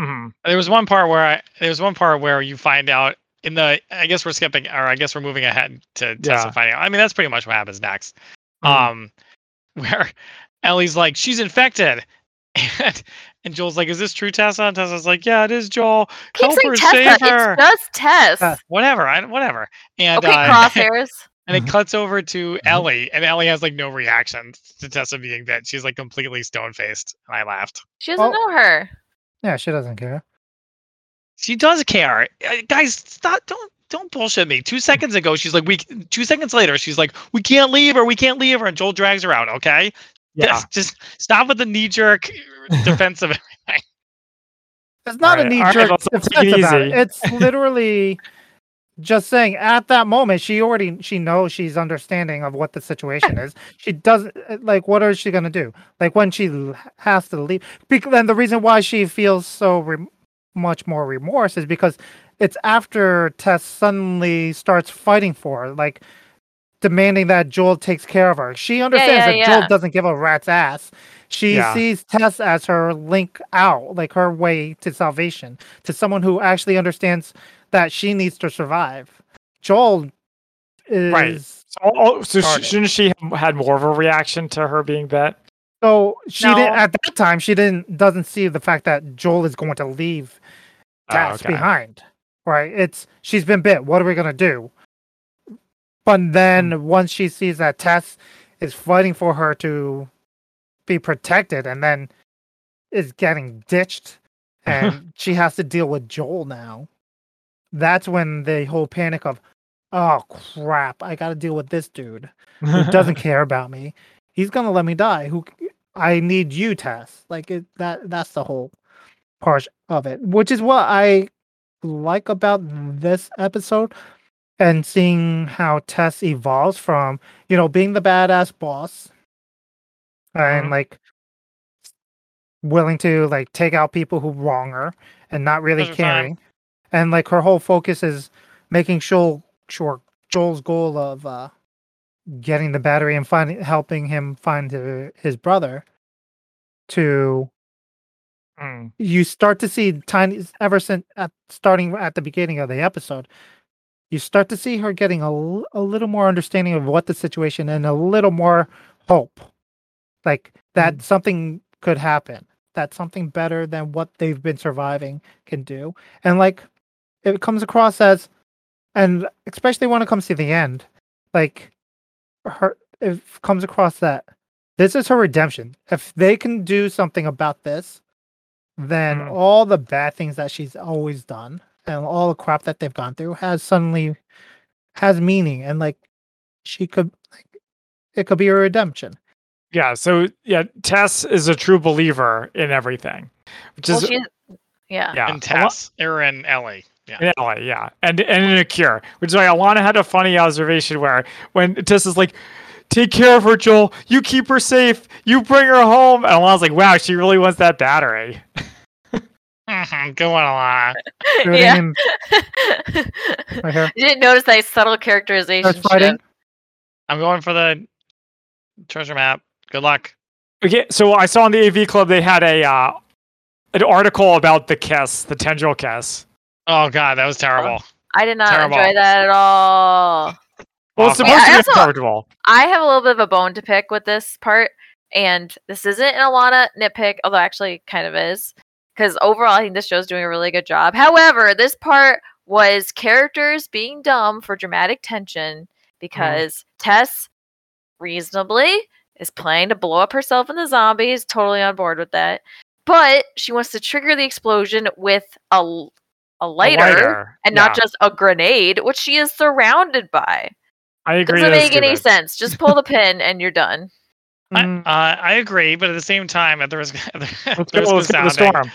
Speaker 1: Mhm.
Speaker 4: there was one part where I there was one part where you find out in the I guess we're skipping or I guess we're moving ahead to Tessa
Speaker 1: Yeah.
Speaker 4: finding out. I mean that's pretty much what happens next.
Speaker 1: Mhm.
Speaker 3: Mm-hmm.
Speaker 4: Um where Ellie's like, she's infected. And and Joel's like, is this true, Tessa? And Tessa's like, yeah, it is, Joel.
Speaker 3: Keep
Speaker 4: Help
Speaker 3: saying
Speaker 4: her,
Speaker 3: Tessa.
Speaker 4: save her.
Speaker 3: It's just Tess.
Speaker 2: Uh,
Speaker 4: Whatever, I, whatever. And
Speaker 3: okay,
Speaker 4: uh,
Speaker 3: crosshairs.
Speaker 4: and it
Speaker 1: Mhm.
Speaker 4: cuts over to Ellie, and Ellie has like no reaction to Tessa being bit. She's like completely stone faced, and I laughed.
Speaker 3: She doesn't
Speaker 2: Oh.
Speaker 3: know her.
Speaker 2: Yeah, she doesn't care.
Speaker 4: She does care, Uh, guys. Stop! Don't don't bullshit me. Two seconds ago, she's like, we. Two seconds later, she's like, we can't leave her. We can't leave her, and Joel drags her out. Okay,
Speaker 1: Yeah.
Speaker 4: just stop with the knee jerk defense of Oh,
Speaker 2: It's not a
Speaker 1: Alright,
Speaker 2: knee
Speaker 1: alright,
Speaker 2: jerk
Speaker 1: let's- let's take
Speaker 2: defense
Speaker 1: it
Speaker 2: about it.
Speaker 1: easy.
Speaker 2: It's literally just saying at that moment she already she knows she's understanding of what the situation is. She doesn't like what is she gonna do? Like when she l- has to leave. Because and the reason why she feels so re- much more remorse is because it's after Tess suddenly starts fighting for her, like demanding that Joel takes care of her. She understands
Speaker 3: yeah,
Speaker 2: that
Speaker 3: yeah.
Speaker 2: Joel doesn't give a rat's ass. She
Speaker 1: Yeah.
Speaker 2: sees Tess as her link out, like her way to salvation, to someone who actually understands that she needs to survive. Joel is
Speaker 1: Right. So, oh, so sh-
Speaker 2: Started.
Speaker 1: shouldn't she have had more of a reaction to her being bit?
Speaker 2: so she
Speaker 3: No.
Speaker 2: didn't at that time she didn't doesn't see the fact that Joel is going to leave
Speaker 1: Oh,
Speaker 4: Ah,
Speaker 2: Tess
Speaker 1: okay.
Speaker 2: behind. Right? It's she's been bit. What are we gonna do? But then once she sees that Tess is fighting for her to be protected and then is getting ditched and she has to deal with Joel now. That's when the whole panic of, oh crap, I gotta deal with this dude who doesn't care about me. He's gonna let me die. Who I need you, Tess. Like it, that. That's the whole part of it, which is what I like about this episode and seeing how Tess evolves from you know being the badass boss and
Speaker 1: Mhm.
Speaker 2: like willing to like take out people who wrong her and not really
Speaker 4: Doesn't time.
Speaker 2: caring, and like her whole focus is making sure sure Joel's goal of uh getting the battery and finding helping him find her, his brother to
Speaker 1: Mm.
Speaker 2: you start to see tiny ever since at, starting at the beginning of the episode you start to see her getting a, l- a little more understanding of what the situation and a little more hope like that something could happen that something better than what they've been surviving can do and like it comes across as and especially when it comes to the end like her it comes across that this is her redemption if they can do something about this then
Speaker 3: Hmm.
Speaker 1: Mm.
Speaker 2: all the bad things that she's always done and all the crap that they've gone through has suddenly has meaning and like she could like it could be a redemption
Speaker 1: Yeah. So, yeah, Tess is a true believer in everything, which
Speaker 3: Well,
Speaker 1: is,
Speaker 3: she's, yeah.
Speaker 1: yeah.
Speaker 4: and
Speaker 1: a lot-
Speaker 4: Tess or er, and Ellie. Yeah.
Speaker 1: In LA, yeah. And and in a cure. Which is why Alana had a funny observation where when Tessa's like, take care of her, Joel, you keep her safe, you bring her home. And Alana's like, wow, she really wants that battery.
Speaker 4: Go on, Alana.
Speaker 2: Do it
Speaker 3: yeah.
Speaker 2: in right here.
Speaker 3: you didn't notice that subtle characterization.
Speaker 2: Starts fighting.
Speaker 3: shit.
Speaker 4: I'm going for the treasure map. Good luck.
Speaker 1: Okay, so I saw in the AV Club they had a uh, an article about the kiss, the tendril kiss.
Speaker 4: Oh god, that was terrible.
Speaker 3: I did not
Speaker 4: Terrible.
Speaker 3: enjoy that at all.
Speaker 1: Well, it's
Speaker 4: Awful.
Speaker 1: supposed
Speaker 3: Yeah, I
Speaker 1: to be
Speaker 3: also-
Speaker 1: uncomfortable.
Speaker 3: I have a little bit of a bone to pick with this part, and this isn't an Alana nitpick, although actually kind of is, because overall I think this show's doing a really good job. However, this part was characters being dumb for dramatic tension because Tess reasonably is planning to blow up herself and the zombies, totally on board with that, but she wants to trigger the explosion with a l- a
Speaker 1: A
Speaker 3: lighter, and
Speaker 1: yeah,
Speaker 3: not just a grenade, which she is surrounded by.
Speaker 1: I agree.
Speaker 3: Doesn't
Speaker 1: that's
Speaker 3: make any
Speaker 1: stupid.
Speaker 3: sense. Just pull the pin and you're done.
Speaker 4: I,
Speaker 2: Mm,
Speaker 4: uh, I agree, but at the same time, at the risk, at the,
Speaker 1: Let's
Speaker 4: at
Speaker 1: go,
Speaker 4: the
Speaker 1: let's
Speaker 4: risk of
Speaker 1: go to the
Speaker 4: sounding,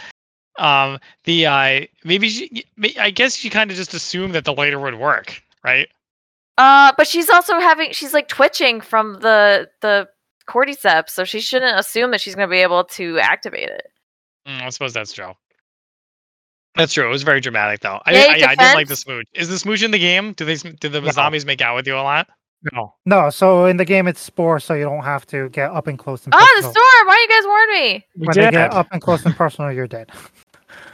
Speaker 1: storm.
Speaker 4: um, the uh, maybe she, may- I guess she kind of just assumed that the later would work, right?
Speaker 3: Uh, but she's also having she's like twitching from the the cordyceps, so she shouldn't assume that she's gonna be able to activate it.
Speaker 4: Mm, I suppose that's true. That's true. It was very dramatic, though. I,
Speaker 3: Yay,
Speaker 4: I, yeah, I didn't like the
Speaker 3: defense.
Speaker 4: smooch. Is the smooch in the game? Do they sm- do the
Speaker 1: No.
Speaker 4: zombies make out with you a lot?
Speaker 1: No.
Speaker 2: No, so in the game it's spore, so you don't have to get up and close and
Speaker 3: Oh, the
Speaker 2: personal.
Speaker 3: storm! Why you guys warn me?
Speaker 1: we
Speaker 2: when they
Speaker 1: did.
Speaker 2: get up and close and personal, you're dead.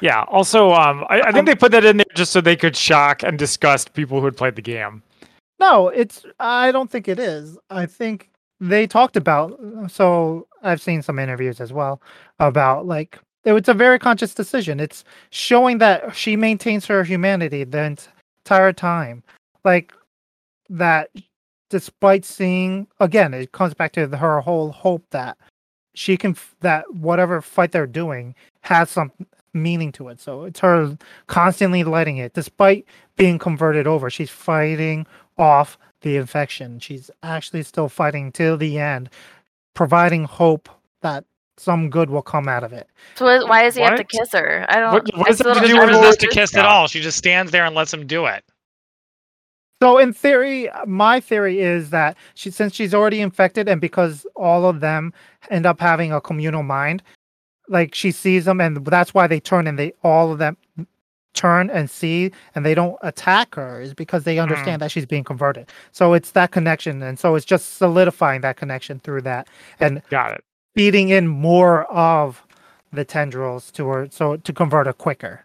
Speaker 1: Yeah. Also, um, I, I think they put that in there just so they could shock and disgust people who had played the game.
Speaker 2: No, it's. I don't think it is. I think they talked about. uh, So I've seen some interviews as well about like it was a very conscious decision. It's showing that she maintains her humanity the ent- entire time, like that. Despite seeing again, it comes back to the- her whole hope that she can f- that whatever fight they're doing has some meaning to it. So it's her constantly letting it, despite being converted over. She's fighting off the infection. She's actually still fighting till the end, providing hope that some good will come out of it.
Speaker 3: So why- why does he have to
Speaker 1: What?
Speaker 3: kiss her? I don't.
Speaker 1: What- what
Speaker 3: I
Speaker 1: does
Speaker 3: still
Speaker 1: that
Speaker 3: don't
Speaker 1: do
Speaker 4: She
Speaker 1: you with
Speaker 3: understand
Speaker 1: want
Speaker 4: refuses
Speaker 1: Lord
Speaker 3: what
Speaker 4: to
Speaker 3: this-
Speaker 4: kiss at
Speaker 1: Yeah.
Speaker 4: all. She just stands there and lets him do it.
Speaker 2: So in theory, uh, my theory is that she since she's already infected and because all of them end up having a communal mind, like she sees them and that's why they turn and they all of them turn and see and they don't attack her is because they understand that she's being converted. So it's that connection and so it's just solidifying that connection through that and
Speaker 1: Got it.
Speaker 2: feeding in more of the tendrils to her so to convert her quicker.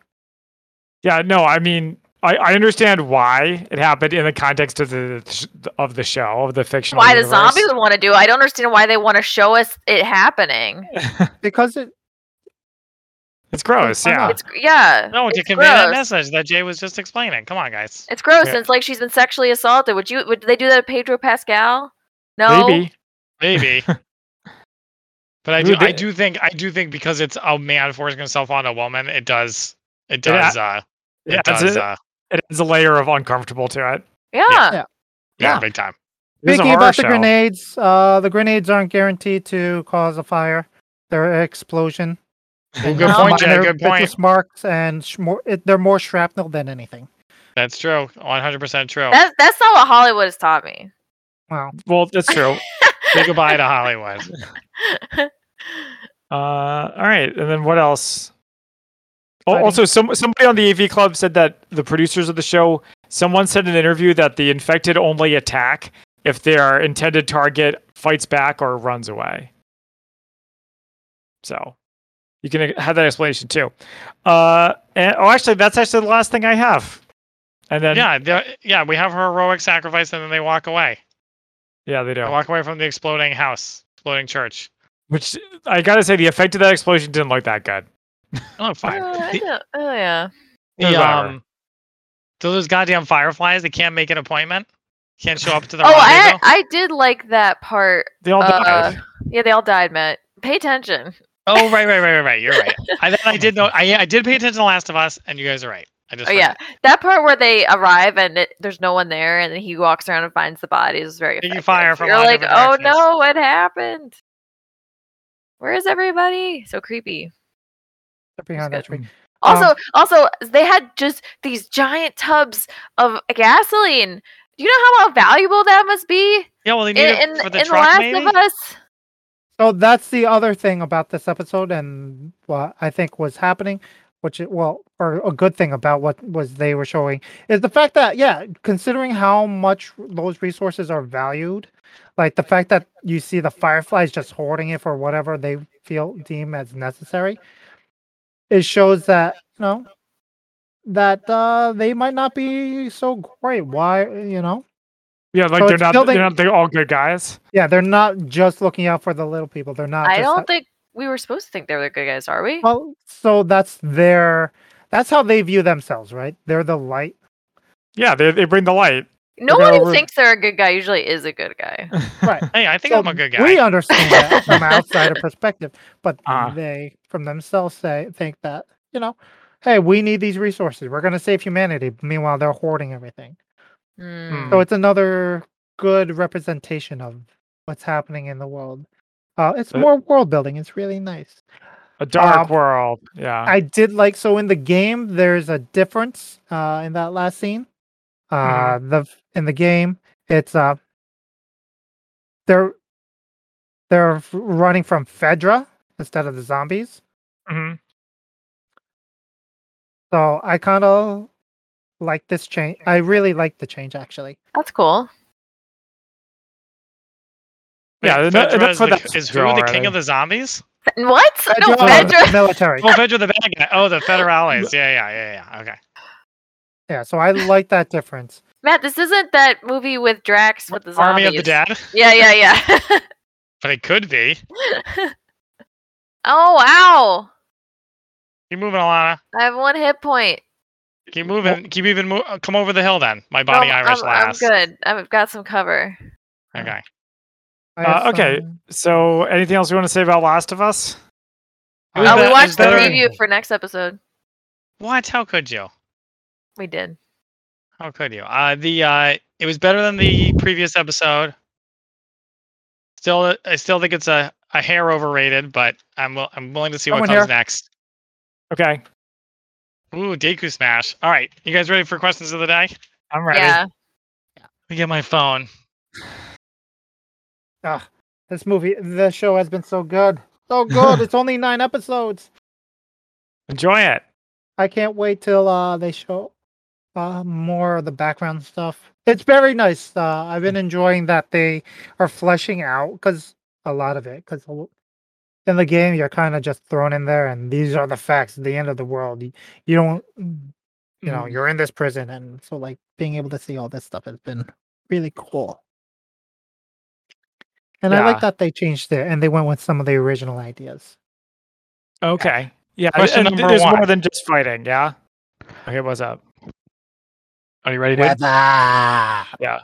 Speaker 1: Yeah. No. I mean, I, I understand why it happened in the context of the of the show of the fictional.
Speaker 3: Why the
Speaker 1: universe.
Speaker 3: zombies would want to do? it. I don't understand why they want to show us it happening.
Speaker 2: Because it
Speaker 1: It's gross.
Speaker 2: Why
Speaker 1: Yeah.
Speaker 2: not?
Speaker 3: It's gr- yeah.
Speaker 4: No, to
Speaker 3: it's
Speaker 4: convey that
Speaker 3: gross.
Speaker 4: message that Jay was just explaining. Come on, guys.
Speaker 3: It's gross.
Speaker 1: Yeah.
Speaker 3: and it's like she's been sexually assaulted. Would you? Would they do that to Pedro Pascal? No.
Speaker 1: Maybe.
Speaker 4: Maybe. but I
Speaker 1: Who
Speaker 4: do, I
Speaker 1: did-
Speaker 4: do think, I do think because it's a man forcing himself on a woman, it does, it does, uh, it
Speaker 1: Yeah. It
Speaker 4: does,
Speaker 1: adds, a,
Speaker 4: uh,
Speaker 1: it adds a layer of uncomfortable to it.
Speaker 3: yeah.
Speaker 4: yeah,
Speaker 1: Yeah.
Speaker 4: big time.
Speaker 1: It is a
Speaker 2: Speaking
Speaker 1: horror
Speaker 2: about the
Speaker 1: show.
Speaker 2: grenades, uh, the grenades aren't guaranteed to cause a fire. They're an explosion. And
Speaker 4: good
Speaker 2: just
Speaker 4: point, Jay,
Speaker 2: minor
Speaker 4: good point.
Speaker 2: vicious marks, and sh- more, it, they're more shrapnel than anything.
Speaker 4: That's true. 100% true.
Speaker 3: That, that's not what Hollywood has taught me.
Speaker 2: Wow.
Speaker 1: Well, that's true.
Speaker 4: Say goodbye to Hollywood.
Speaker 1: Uh, all right, and then what else? Oh,
Speaker 2: Exciting.
Speaker 1: also, some somebody on the AV Club said that the producers of the show. Someone said in an interview that the infected only attack if their intended target fights back or runs away. So, you can have that explanation too. Uh, and, oh, actually, that's actually the last thing I have. And then yeah,
Speaker 4: yeah, the- yeah, we have her heroic sacrifice and then they walk away.
Speaker 1: yeah they do.
Speaker 4: They walk away from the exploding house, exploding church.
Speaker 1: Which I gotta say, the effect of that explosion didn't look that good.
Speaker 4: Oh, fine.
Speaker 3: Oh, I
Speaker 4: The-
Speaker 3: don't- oh, yeah.
Speaker 4: The,
Speaker 1: Whatever.
Speaker 4: um, so those goddamn fireflies, they can't make an appointment. Can't show up to the
Speaker 3: Oh, I,
Speaker 4: rendezvous.
Speaker 3: I did like that part.
Speaker 1: They all
Speaker 3: Uh,
Speaker 1: died.
Speaker 3: Yeah, they all died, Matt. Pay attention.
Speaker 4: Oh, right, right, right, right, right. You're right. I, then I did know. I, I did pay attention to The Last of Us, and you guys are right. I just
Speaker 3: Oh yeah,
Speaker 4: forgot.
Speaker 3: that part where they arrive and it, there's no one there, and then he walks around and finds the bodies is very.
Speaker 4: Taking
Speaker 3: effective.
Speaker 4: fire from
Speaker 3: You're
Speaker 4: all
Speaker 3: like,
Speaker 4: different
Speaker 3: oh
Speaker 4: directions."
Speaker 3: no, what happened? Where is everybody? So creepy.
Speaker 2: They're behind that
Speaker 3: That's
Speaker 2: tree.
Speaker 3: Also,
Speaker 4: Um,
Speaker 3: also they had just these giant tubs of gasoline. Do you know how valuable that must be
Speaker 4: Yeah, well, they
Speaker 3: in,
Speaker 4: need
Speaker 3: in,
Speaker 4: it for the
Speaker 3: in the
Speaker 4: truck,
Speaker 3: Last
Speaker 4: maybe.
Speaker 3: of Us?
Speaker 2: So that's the other thing about this episode, and what I think was happening, which it, well, or a good thing about what was they were showing is the fact that yeah, considering how much those resources are valued, like the fact that you see the Fireflies just hoarding it for whatever they feel deem as necessary, it shows that you know that uh, they might not be so great. Why you know
Speaker 1: Yeah, like
Speaker 2: So
Speaker 1: they're
Speaker 2: it's
Speaker 1: not
Speaker 2: building-
Speaker 1: they're not they're all good guys.
Speaker 2: yeah they're not just looking out for the little people. They're not.
Speaker 3: I
Speaker 2: just
Speaker 3: don't think we were supposed to think they were the good guys, are we?
Speaker 2: Well, Oh, so that's their that's how they view themselves, right? They're the light.
Speaker 1: Yeah, they they bring the light.
Speaker 3: no
Speaker 1: okay,
Speaker 3: one who
Speaker 1: we're-
Speaker 3: thinks they're a good guy usually is a good guy.
Speaker 2: Right.
Speaker 4: Hey, I think
Speaker 2: So
Speaker 4: I'm a good guy. Uh-huh.
Speaker 2: We understand that from an outsider perspective, but
Speaker 1: Ah.
Speaker 2: they from themselves say think that, you know, hey, we need these resources. We're gonna save humanity. Meanwhile, they're hoarding everything.
Speaker 3: Hmm.
Speaker 2: So it's another good representation of what's happening in the world. Uh, it's
Speaker 1: Uh,
Speaker 2: more world building. It's really nice.
Speaker 1: A dark
Speaker 2: Um,
Speaker 1: world. Yeah.
Speaker 2: I did like so in the game. There's a difference uh, in that last scene. Uh,
Speaker 1: Mm-hmm.
Speaker 2: The in the game, it's uh, they're they're f- running from Fedra instead of the zombies.
Speaker 1: Mhm.
Speaker 2: So I kind of like this change. I really like the change actually.
Speaker 3: That's cool.
Speaker 4: Wait,
Speaker 1: Yeah, and that-
Speaker 4: Fedra
Speaker 1: and that's
Speaker 4: is,
Speaker 1: what
Speaker 4: the,
Speaker 1: that's
Speaker 4: is who
Speaker 1: for
Speaker 4: the
Speaker 1: already.
Speaker 4: king of the zombies?
Speaker 3: What? No,
Speaker 2: uh, the
Speaker 3: Fedra.
Speaker 2: military.
Speaker 4: Oh, Fedra the bad guy. Oh, the Federales. Yeah, yeah, yeah, yeah. Okay.
Speaker 2: Yeah, so I like that difference.
Speaker 3: Matt, this isn't that movie with Drax with the zombies.
Speaker 4: Army of the Dead,
Speaker 3: Yeah, yeah, yeah.
Speaker 4: but it could be.
Speaker 3: oh wow!
Speaker 4: Keep moving, Alana.
Speaker 3: I have one hit point.
Speaker 4: Keep moving. Keep even. Mo- uh, come over the hill, then. My body
Speaker 3: Um,
Speaker 4: Irish
Speaker 3: I'm, I'm
Speaker 4: lass.
Speaker 3: good. I've got some cover.
Speaker 4: Okay.
Speaker 2: I
Speaker 1: Uh,
Speaker 2: have
Speaker 1: okay.
Speaker 2: some-
Speaker 1: So anything else we want to say about Last of Us?
Speaker 4: It
Speaker 2: Uh,
Speaker 4: was
Speaker 3: Uh,
Speaker 4: better-
Speaker 3: we
Speaker 4: it
Speaker 3: watched
Speaker 4: was
Speaker 3: the
Speaker 4: better-
Speaker 3: review for next episode.
Speaker 4: What? How could you?
Speaker 3: We did.
Speaker 4: How could you? Uh, the uh, it was better than the previous episode. Still, I still think it's a, a hair overrated, but I'm will- I'm willing to see what
Speaker 2: Someone
Speaker 4: comes
Speaker 2: here.
Speaker 4: next.
Speaker 1: Okay.
Speaker 4: Ooh, Deku Smash! All right, you guys ready for questions of the day? Let
Speaker 1: I'm ready.
Speaker 3: Yeah.
Speaker 4: me get my phone.
Speaker 2: This movie, the show has been so good, so good. it's only nine episodes.
Speaker 1: Enjoy it.
Speaker 2: I can't wait till uh they show uh more of the background stuff. It's very nice. Uh, I've been enjoying that they are fleshing out because a lot of it because in the game you're kind of just thrown in there and these are the facts the end of the world you, you don't you know you're in this prison and so like being able to see all this stuff has been really cool and i
Speaker 1: Yeah.
Speaker 2: like that they changed it and they went with some of the original ideas
Speaker 1: Okay. Yeah. and
Speaker 4: Question
Speaker 1: th-
Speaker 4: number
Speaker 1: there's
Speaker 4: one.
Speaker 1: more than just fighting. Yeah. Okay. What's up? Are you ready, dude?
Speaker 2: Weather.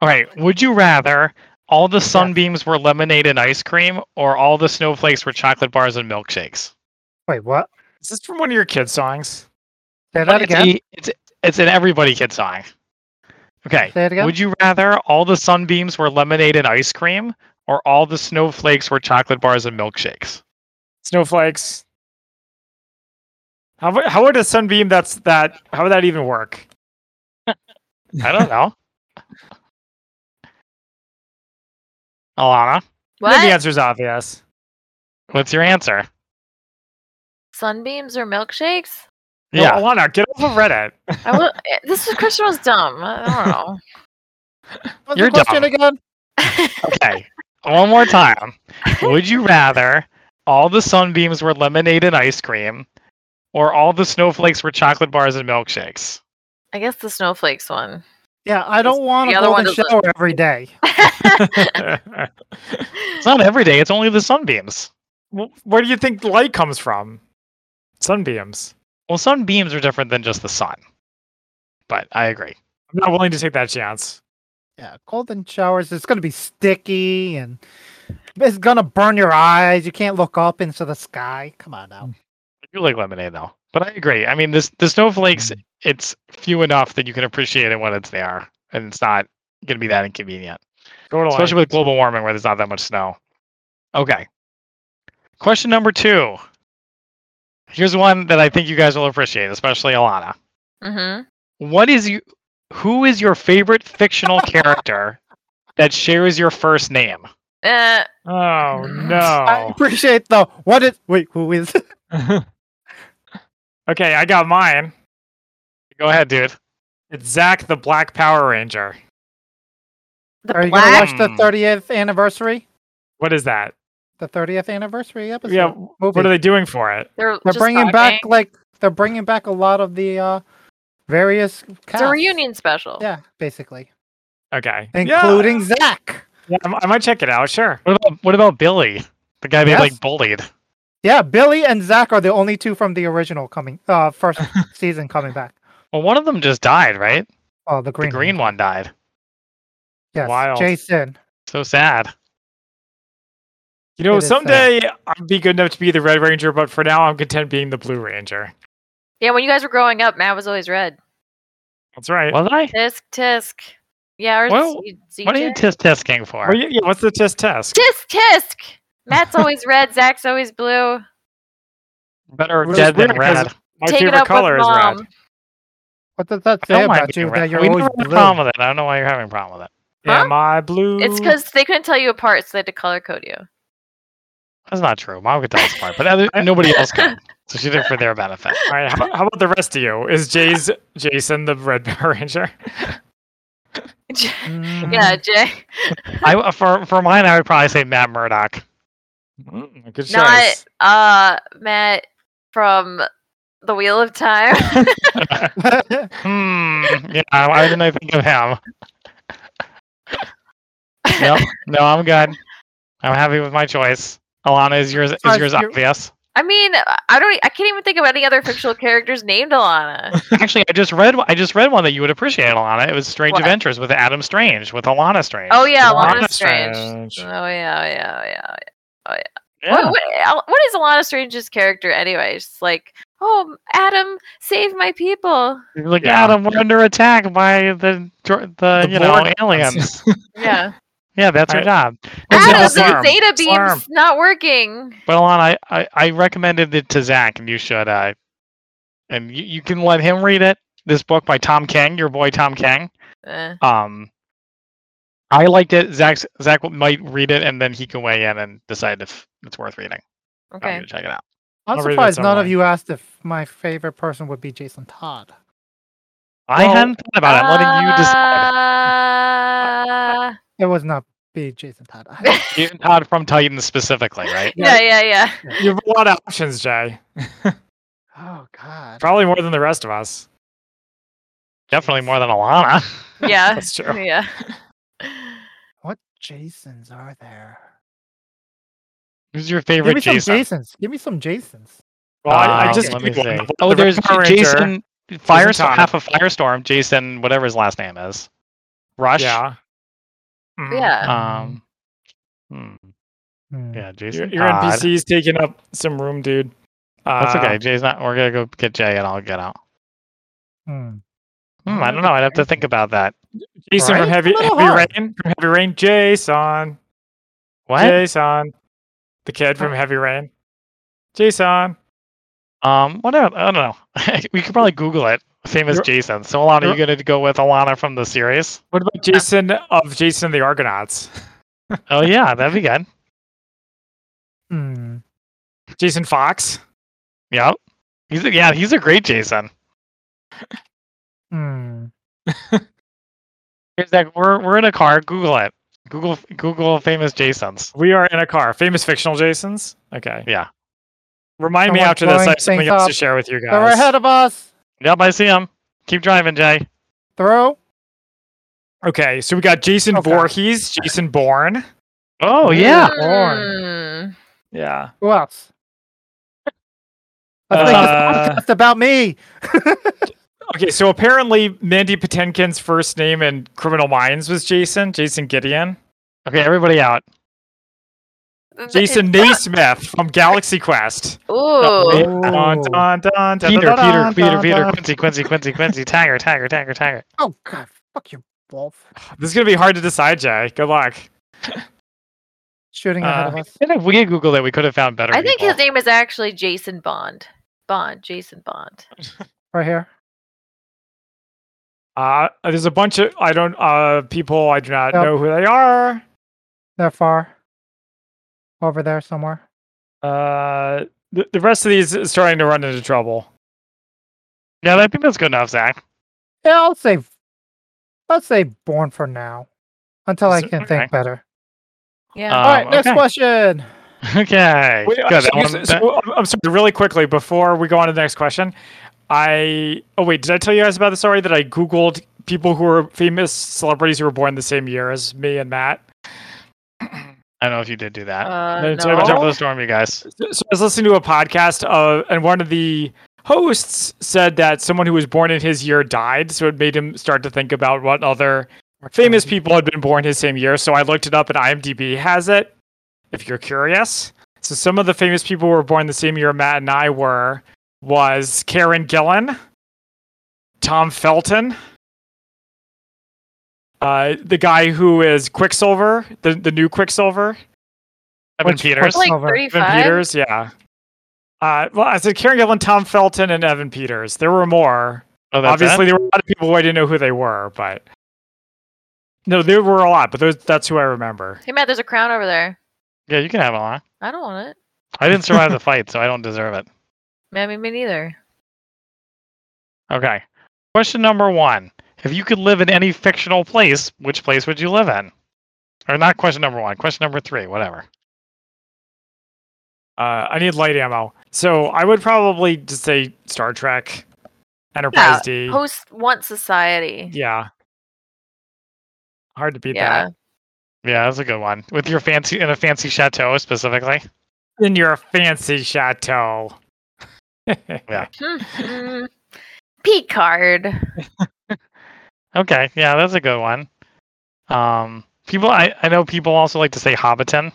Speaker 4: All right, would you rather all the sunbeams were lemonade and ice cream, or all the snowflakes were chocolate bars and milkshakes?
Speaker 2: wait what
Speaker 1: Is this from one of your kids' songs?
Speaker 2: say that
Speaker 4: it's,
Speaker 2: again
Speaker 4: e- it's it's an everybody kid song. Okay.
Speaker 2: say it again
Speaker 4: Would you rather all the sunbeams were lemonade and ice cream, or all the snowflakes were chocolate bars and milkshakes?
Speaker 1: Snowflakes. How would- how would a sunbeam that's that how would that even work?
Speaker 4: I don't know. Alana,
Speaker 1: I think the
Speaker 3: What?
Speaker 1: answer's obvious.
Speaker 4: what's your answer?
Speaker 3: Sunbeams or milkshakes?
Speaker 1: No, Alana, get off of Reddit.
Speaker 3: I will, eh, this was- question was dumb. I
Speaker 2: What's
Speaker 4: You're
Speaker 2: the question
Speaker 4: dumb.
Speaker 2: again?
Speaker 3: don't know.
Speaker 4: Okay. One more time. Would you rather all the sunbeams were lemonade and ice cream, or all the snowflakes were chocolate bars and milkshakes?
Speaker 3: I guess the snowflakes one.
Speaker 2: Yeah, I don't want
Speaker 3: the
Speaker 2: to
Speaker 3: other
Speaker 2: go
Speaker 3: one
Speaker 2: in the
Speaker 3: doesn't-
Speaker 2: shower every day.
Speaker 4: It's not every day. It's only the sunbeams.
Speaker 1: Well, Where do you think light comes from? Sunbeams.
Speaker 4: Well, sunbeams are different than just the sun. But I agree.
Speaker 1: I'm not willing to take that chance.
Speaker 2: Yeah, cold and showers. It's gonna be sticky and it's gonna burn your eyes. You can't look up into the sky. Come on now.
Speaker 4: I do like lemonade though. But I agree. I mean, this the snowflakes.
Speaker 1: Mm.
Speaker 4: It's few enough that you can appreciate it when it's there, and it's not going to be that inconvenient,
Speaker 1: Totally.
Speaker 4: especially with global warming where there's not that much snow. Okay. Question number two. Here's one that I think you guys will appreciate, especially Alana.
Speaker 3: Mm-hmm.
Speaker 4: What is you? Who is your favorite fictional character that shares your first name?
Speaker 3: Uh,
Speaker 1: Oh
Speaker 2: I
Speaker 1: no.
Speaker 2: appreciate the what is wait who is
Speaker 1: okay, I got mine.
Speaker 4: Go ahead, dude.
Speaker 1: It's Zach the Black Power Ranger.
Speaker 3: the
Speaker 2: are you gonna
Speaker 3: black.
Speaker 2: watch the
Speaker 4: Hmm.
Speaker 2: 30th anniversary
Speaker 1: What is that?
Speaker 2: the 30th anniversary episode
Speaker 1: Yeah,
Speaker 2: movie.
Speaker 1: What are they doing for it?
Speaker 3: They're,
Speaker 2: they're
Speaker 3: just
Speaker 2: bringing back
Speaker 3: talking.
Speaker 2: like they're bringing back a lot of the uh various
Speaker 3: It's a
Speaker 2: casts.
Speaker 3: reunion special.
Speaker 2: yeah basically
Speaker 1: Okay. Yeah,
Speaker 2: including zach
Speaker 1: yeah, I I might check it out, sure.
Speaker 4: What about what about Billy? The guy they
Speaker 2: Yes.
Speaker 4: like bullied.
Speaker 2: yeah billy and zach are the only two from the original coming uh first season coming back
Speaker 4: Well, one of them just died, right?
Speaker 2: oh the green
Speaker 4: the green one died.
Speaker 2: yes
Speaker 1: Wild.
Speaker 2: jason
Speaker 4: So sad.
Speaker 1: You know,
Speaker 2: It is sad.
Speaker 1: someday I'll be good enough to be the Red Ranger, but for now I'm content being the Blue Ranger.
Speaker 3: Yeah, when you guys were growing up, Matt was always red.
Speaker 1: That's right.
Speaker 4: Was I?
Speaker 3: Tisk tisk. Yeah, or
Speaker 4: Well,
Speaker 3: Z-
Speaker 4: What are
Speaker 3: ZJ?
Speaker 4: you tisk tisking for?
Speaker 1: Oh, yeah, yeah, what's the test test?
Speaker 3: Tisk tisk. Matt's always red. Zach's always blue.
Speaker 4: Better
Speaker 1: Well,
Speaker 4: dead
Speaker 1: it's weird
Speaker 4: than
Speaker 1: 'cause
Speaker 4: red.
Speaker 1: My
Speaker 3: Take it
Speaker 1: favorite
Speaker 3: up
Speaker 1: color
Speaker 3: with
Speaker 1: is
Speaker 3: mom.
Speaker 1: red.
Speaker 2: what does that
Speaker 4: I
Speaker 2: say
Speaker 4: don't mind
Speaker 2: about you
Speaker 4: being red.
Speaker 2: that you're
Speaker 4: we never
Speaker 2: always
Speaker 4: had a
Speaker 2: blue?
Speaker 4: problem with it. I don't know why you're having a problem with it.
Speaker 1: Yeah,
Speaker 3: Huh?
Speaker 1: my blue.
Speaker 3: It's because they couldn't tell you apart, so they had to color code you.
Speaker 4: That's not true. Mom could tell us apart, but other, nobody else could. So she did it for their benefit.
Speaker 1: All right, how, how about the rest of you? Is Jay's Jason the Red Power Ranger?
Speaker 2: Mm,
Speaker 3: yeah, Jay.
Speaker 4: I uh, for for mine, I would probably say Matt Murdock.
Speaker 1: Mm, good
Speaker 3: Not
Speaker 1: choice.
Speaker 3: uh Matt from The Wheel of Time.
Speaker 4: Hmm. Yeah. Why didn't I think of him? Nope. No, I'm good. I'm happy with my choice. Alana, is yours is
Speaker 2: Sorry,
Speaker 4: yours
Speaker 2: you're-
Speaker 4: obvious?
Speaker 3: I mean, I don't. e, I can't even think of any other fictional characters named Alana.
Speaker 4: Actually, I just read I just read one that you would appreciate, Alana. It was Strange
Speaker 3: What?
Speaker 4: Adventures with Adam Strange with Alana Strange.
Speaker 3: Oh yeah,
Speaker 1: Alana
Speaker 3: Alana Strange.
Speaker 1: Strange.
Speaker 3: Oh yeah, oh yeah, oh yeah.
Speaker 4: Yeah.
Speaker 3: What, what, Al- what is Alana Strange's character anyway? She's like, oh, Adam, save my people.
Speaker 4: He's like,
Speaker 1: Yeah.
Speaker 4: Adam, we're under attack by the the, the
Speaker 1: The
Speaker 4: you know
Speaker 1: Borg
Speaker 4: aliens.
Speaker 3: Yeah,
Speaker 4: yeah, that's her
Speaker 1: I-
Speaker 4: job. It's
Speaker 3: Adam,
Speaker 4: not
Speaker 3: the
Speaker 1: Adam,
Speaker 4: farm.
Speaker 3: Zeta beam's
Speaker 1: Farm.
Speaker 3: not working.
Speaker 4: But Alon, I, I, I recommended it to Zach, and you should. Uh, and you, you can let him read it. This book by Tom Kang, your boy Tom Kang.
Speaker 3: Eh.
Speaker 4: Um, I liked it. Zach Zach might read it, and then he can weigh in and decide if it's worth reading. I'm
Speaker 3: okay,
Speaker 4: gonna check it out.
Speaker 2: i'm
Speaker 1: I'll read it
Speaker 2: surprised none of
Speaker 1: online.
Speaker 2: you asked if my favorite person would be jason todd
Speaker 4: I
Speaker 1: Well,
Speaker 4: hadn't thought about it. I'm letting you decide.
Speaker 3: Uh,
Speaker 2: it was not be jason todd I-
Speaker 4: You and Todd from Titans specifically, right?
Speaker 3: yeah, yeah, yeah.
Speaker 1: You have a lot of options, Jay.
Speaker 2: oh god
Speaker 1: Probably more than the rest of us.
Speaker 4: Definitely more than Alana.
Speaker 3: Yeah.
Speaker 1: That's true.
Speaker 3: Yeah.
Speaker 2: what jasons are there
Speaker 4: Who's your
Speaker 2: give me
Speaker 4: favorite
Speaker 2: some
Speaker 4: Jason?
Speaker 2: jasons give me some jasons
Speaker 1: Well, I, I
Speaker 4: Um,
Speaker 1: just
Speaker 4: let me
Speaker 1: googled
Speaker 4: see.
Speaker 1: it.
Speaker 4: Oh,
Speaker 1: The Red
Speaker 4: there's
Speaker 1: Power Ranger-
Speaker 4: Jason Firestorm,
Speaker 1: Todd.
Speaker 4: half of Firestorm. Jason, whatever his last name is, Rush.
Speaker 1: Yeah. Mhm.
Speaker 3: Yeah.
Speaker 4: Um. hmm,
Speaker 2: Hmm.
Speaker 4: Yeah,
Speaker 1: Your,
Speaker 4: Jason.
Speaker 1: your
Speaker 4: Todd.
Speaker 1: NPC's taking up some room, dude. Uh,
Speaker 4: That's okay. Jay's not. We're gonna go get Jay, and I'll get out.
Speaker 2: Hmm.
Speaker 4: Hmm, I don't know. I'd have to think about that.
Speaker 1: Jason
Speaker 2: Right?
Speaker 1: from Heavy,
Speaker 2: It's a little
Speaker 1: Heavy
Speaker 2: hard.
Speaker 1: Rain. From Heavy Rain, Jason.
Speaker 4: What?
Speaker 1: Jason. The kid from Heavy Rain. Jason.
Speaker 4: Um. Whatever. I don't know. we could probably Google it. Same as
Speaker 1: You're-
Speaker 4: Jason. So Alana, you
Speaker 1: you're-
Speaker 4: gonna go with Alana from the series?
Speaker 1: What about Jason of Jason and the Argonauts?
Speaker 4: Oh yeah, that'd be good.
Speaker 2: Hmm.
Speaker 1: Jason Fox?
Speaker 4: Yep. He's a, yeah. He's a great Jason.
Speaker 2: Hmm.
Speaker 4: Here's that. We're we're in a car. Google it. Google Google famous Jasons.
Speaker 1: We are in a car. Famous fictional Jasons? Okay.
Speaker 4: Yeah.
Speaker 1: Remind me
Speaker 2: Someone's
Speaker 1: after this, I
Speaker 2: blowing
Speaker 1: have something
Speaker 2: things
Speaker 1: else to
Speaker 2: up.
Speaker 1: share with you
Speaker 2: They're
Speaker 1: guys.
Speaker 2: ahead of us.
Speaker 4: Yep. I see him. Keep driving, Jay.
Speaker 2: Throw.
Speaker 1: Okay, so we got Jason
Speaker 2: Okay.
Speaker 1: Voorhees, Jason Bourne.
Speaker 4: Oh yeah.
Speaker 3: Mm.
Speaker 1: Yeah.
Speaker 2: Who else? I think
Speaker 1: Uh,
Speaker 2: it's about me.
Speaker 1: Okay, so apparently Mandy Patinkin's first name in Criminal Minds was Jason, Jason Gideon.
Speaker 4: Okay, everybody out.
Speaker 3: Th-
Speaker 1: Jason
Speaker 3: Mm.
Speaker 1: Oh,
Speaker 3: it's not-
Speaker 1: Naismith from Galaxy Quest.
Speaker 3: Ooh.
Speaker 4: Ooh.
Speaker 1: Dun, dun, dun, dun,
Speaker 4: Peter,
Speaker 1: dun,
Speaker 4: Peter,
Speaker 1: dun,
Speaker 4: Peter,
Speaker 1: dun,
Speaker 4: Peter,
Speaker 1: dun.
Speaker 4: Quincy, Quincy, Quincy, Quincy, Tiger, Tiger, Tiger, Tiger.
Speaker 2: Oh god, fuck you, Wolf.
Speaker 1: This is gonna be hard to decide, Jay. Good luck.
Speaker 2: Shooting ahead of
Speaker 1: Uh,
Speaker 2: us.
Speaker 4: Uh. And if we had Googled it, we could have found better.
Speaker 3: I think
Speaker 4: people.
Speaker 3: his name is actually Jason Bond. Bond, Jason Bond.
Speaker 2: right here.
Speaker 1: Uh, there's a bunch of I don't uh people I do not
Speaker 2: Yep.
Speaker 1: know who they are.
Speaker 2: That far. Over there somewhere.
Speaker 1: Uh, the, the rest of these is starting to run into trouble.
Speaker 4: Yeah, I think that's good enough, Zach.
Speaker 2: Yeah, I'll say. I'll say born for now, until I
Speaker 4: So-
Speaker 2: can
Speaker 4: okay.
Speaker 2: think better.
Speaker 3: Yeah.
Speaker 4: Uh,
Speaker 2: All right,
Speaker 4: Um,
Speaker 2: next
Speaker 4: okay.
Speaker 2: question.
Speaker 4: Okay.
Speaker 1: Wait,
Speaker 4: good.
Speaker 1: uh,
Speaker 4: that
Speaker 1: so you
Speaker 4: one-
Speaker 1: s-
Speaker 4: that-
Speaker 1: so- I'm- I'm sorry, really quickly before we go on to the next question. I oh wait, did I tell you guys about this already? That I googled people who are famous celebrities who were born the same year as me and Matt.
Speaker 4: I don't know if you did do that.
Speaker 3: Uh,
Speaker 1: no, sorry
Speaker 4: Watch out for
Speaker 3: no.
Speaker 4: the storm, you guys.
Speaker 1: So so I was listening to a podcast, uh, and one of the hosts said that someone who was born in his year died, so it made him start to think about what other famous
Speaker 2: Mm-hmm.
Speaker 1: people had been born his same year. So I looked it up, and IMDb has it. If you're curious, so some of the famous people who were born the same year Matt and I were was Karen Gillan, Tom Felton, uh, the guy who is Quicksilver, the the new Quicksilver.
Speaker 4: Evan
Speaker 2: Which-
Speaker 4: Peters.
Speaker 2: which-
Speaker 3: Like
Speaker 2: Over. Evan
Speaker 1: Evan
Speaker 3: 35.
Speaker 1: Peters, yeah. Uh, well, I said Karen Gillan, Tom Felton, and Evan Peters. There were more.
Speaker 4: Oh, that's
Speaker 1: Obviously,
Speaker 4: it?
Speaker 1: there were a lot of people who I didn't know who they were, but no, there were a lot. But those, that's who I remember.
Speaker 3: Hey, Matt, there's a crown over there.
Speaker 4: Yeah, you can have it, huh?
Speaker 3: I don't want it.
Speaker 4: I didn't survive the fight, so I don't deserve it.
Speaker 3: I mean, me neither.
Speaker 4: Okay. Question number one. If you could live in any fictional place, which place would you live in? Or not question number one, question number three, whatever.
Speaker 1: Uh, I need light ammo, so I would probably just say Star Trek, Enterprise D.
Speaker 3: Host want society.
Speaker 1: yeah, hard to beat
Speaker 3: Yeah.
Speaker 4: Yeah, that's a good one. With your fancy in a fancy chateau specifically.
Speaker 1: that. In your fancy chateau.
Speaker 3: Hmm, hmm. Picard.
Speaker 4: Okay, yeah, that's a good one. Um people I, I know people also like to say Hobbiton.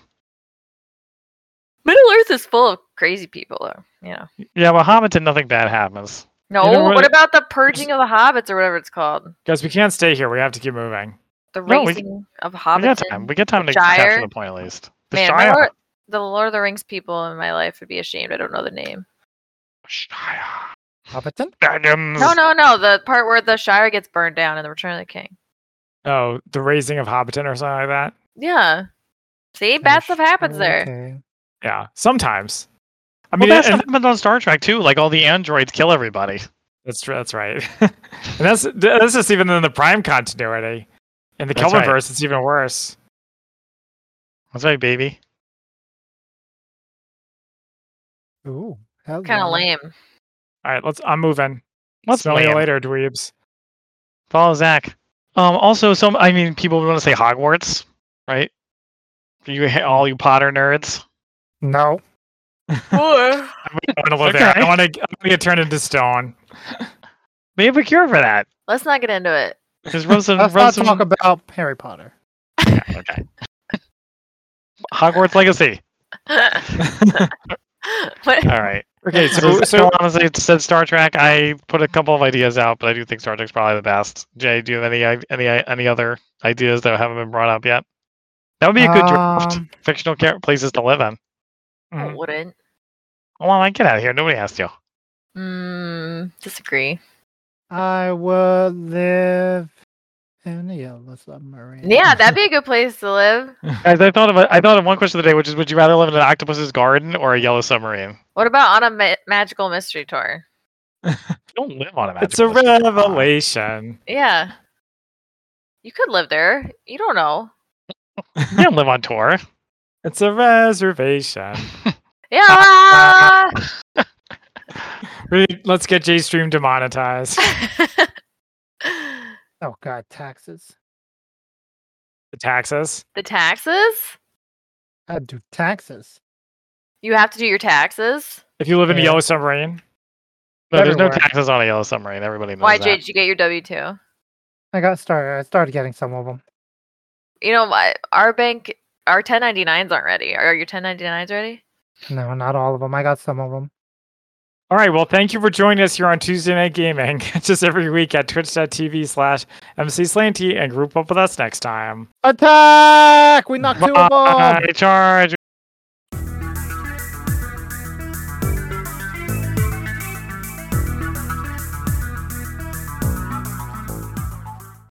Speaker 3: Middle Earth is full of crazy people, though. Yeah.
Speaker 4: Yeah, but Hobbiton nothing bad happens.
Speaker 3: No,
Speaker 1: know
Speaker 3: what,
Speaker 1: what?
Speaker 3: about the purging of the hobbits or whatever it's called?
Speaker 1: Guys, we can't stay here. We have to keep moving.
Speaker 3: The
Speaker 4: No, we-
Speaker 3: raising of
Speaker 4: We got time.
Speaker 3: hobbits.
Speaker 4: We got time
Speaker 3: The
Speaker 4: to capture
Speaker 3: Shire.
Speaker 4: the point at least. The
Speaker 3: Man, my
Speaker 4: Shire.
Speaker 3: Lord, the Lord of the Rings people in my life would be ashamed. I don't know the name.
Speaker 4: Shire.
Speaker 2: Hobbiton.
Speaker 4: Dragons.
Speaker 3: No, no, no. The part where the Shire gets burned down in the Return of the King.
Speaker 1: Oh, the raising of Hobbiton or something like that.
Speaker 3: Yeah. See, bad stuff happens there.
Speaker 2: Okay.
Speaker 1: Yeah, sometimes. I
Speaker 4: I
Speaker 1: mean,
Speaker 4: mean, well, that
Speaker 1: and-
Speaker 4: happened on Star Trek too. Like all the androids kill everybody.
Speaker 1: That's tr- that's right. and that's th- that's just even in the prime continuity. In the
Speaker 4: That's
Speaker 1: Kelvinverse,
Speaker 4: right.
Speaker 1: it's even worse.
Speaker 4: That's right, baby.
Speaker 2: Ooh, that was
Speaker 3: Kind of
Speaker 2: long.
Speaker 3: lame.
Speaker 1: All right, let's. I'm moving.
Speaker 4: Let's
Speaker 1: Smell you
Speaker 4: lame.
Speaker 1: later, dweebs.
Speaker 4: Follow Zach. Um, also, some I mean, people want to say Hogwarts, right? You all you Potter nerds.
Speaker 2: No.
Speaker 3: Or
Speaker 1: I want to live there.
Speaker 4: Okay.
Speaker 1: I want to. I'm gonna get turned into stone.
Speaker 4: They have a cure for that.
Speaker 3: let's not get into it.
Speaker 4: Just rub some.
Speaker 2: Let's
Speaker 4: rub
Speaker 2: not
Speaker 4: some-
Speaker 2: talk about Harry Potter.
Speaker 4: okay. Hogwarts Legacy.
Speaker 3: What-
Speaker 4: All right.
Speaker 1: Okay,
Speaker 4: So,
Speaker 1: so
Speaker 4: so
Speaker 1: so
Speaker 4: honestly, it said Star Trek. I put a couple of ideas out, but I do think Star Trek's probably the best. Jay, do you have any i- any i- any other ideas that haven't been brought up yet? That would be a good draft.
Speaker 2: Um,
Speaker 4: Fictional char- places to live in.
Speaker 3: I
Speaker 1: mm,
Speaker 3: wouldn't.
Speaker 4: Come on, get out of here. Nobody asked you.
Speaker 3: Mm, disagree.
Speaker 2: I would live in a yellow
Speaker 4: Mm.
Speaker 2: submarine.
Speaker 3: Yeah, that'd be a good place to live.
Speaker 4: Guys, I thought of a, I thought of one question of the day, which is: Would you rather live in an octopus's garden or a yellow submarine?
Speaker 3: What about on a ma- magical mystery tour?
Speaker 4: You don't live on a magical.
Speaker 1: it's a
Speaker 4: mystery box.
Speaker 1: revelation.
Speaker 3: Yeah. You could live there. You don't know.
Speaker 4: You don't live on tour.
Speaker 1: It's a reservation.
Speaker 3: Yeah.
Speaker 1: We- Let's get JStream demonetized.
Speaker 2: Oh God, taxes.
Speaker 1: The taxes.
Speaker 3: the taxes?
Speaker 2: I'd do taxes.
Speaker 3: You have to do your taxes.
Speaker 1: If you live in a
Speaker 2: Yeah.
Speaker 1: yellow submarine,
Speaker 4: No, there's no
Speaker 2: Everywhere.
Speaker 4: taxes on a yellow submarine. Everybody knows
Speaker 3: Why,
Speaker 4: that.
Speaker 3: Jay, did you get your W 2?
Speaker 2: I got started. I started getting some of them.
Speaker 3: You know, my, our bank, our 1099s aren't ready. Are your 1099s ready?
Speaker 2: No, not all of them. I got some of them.
Speaker 1: All right. Well, thank you for joining us here on Tuesday Night Gaming. Catch us every week at twitch.tv slash mcslanty and group up with us next time.
Speaker 2: Attack! We knocked two of them.
Speaker 4: Bye, charge.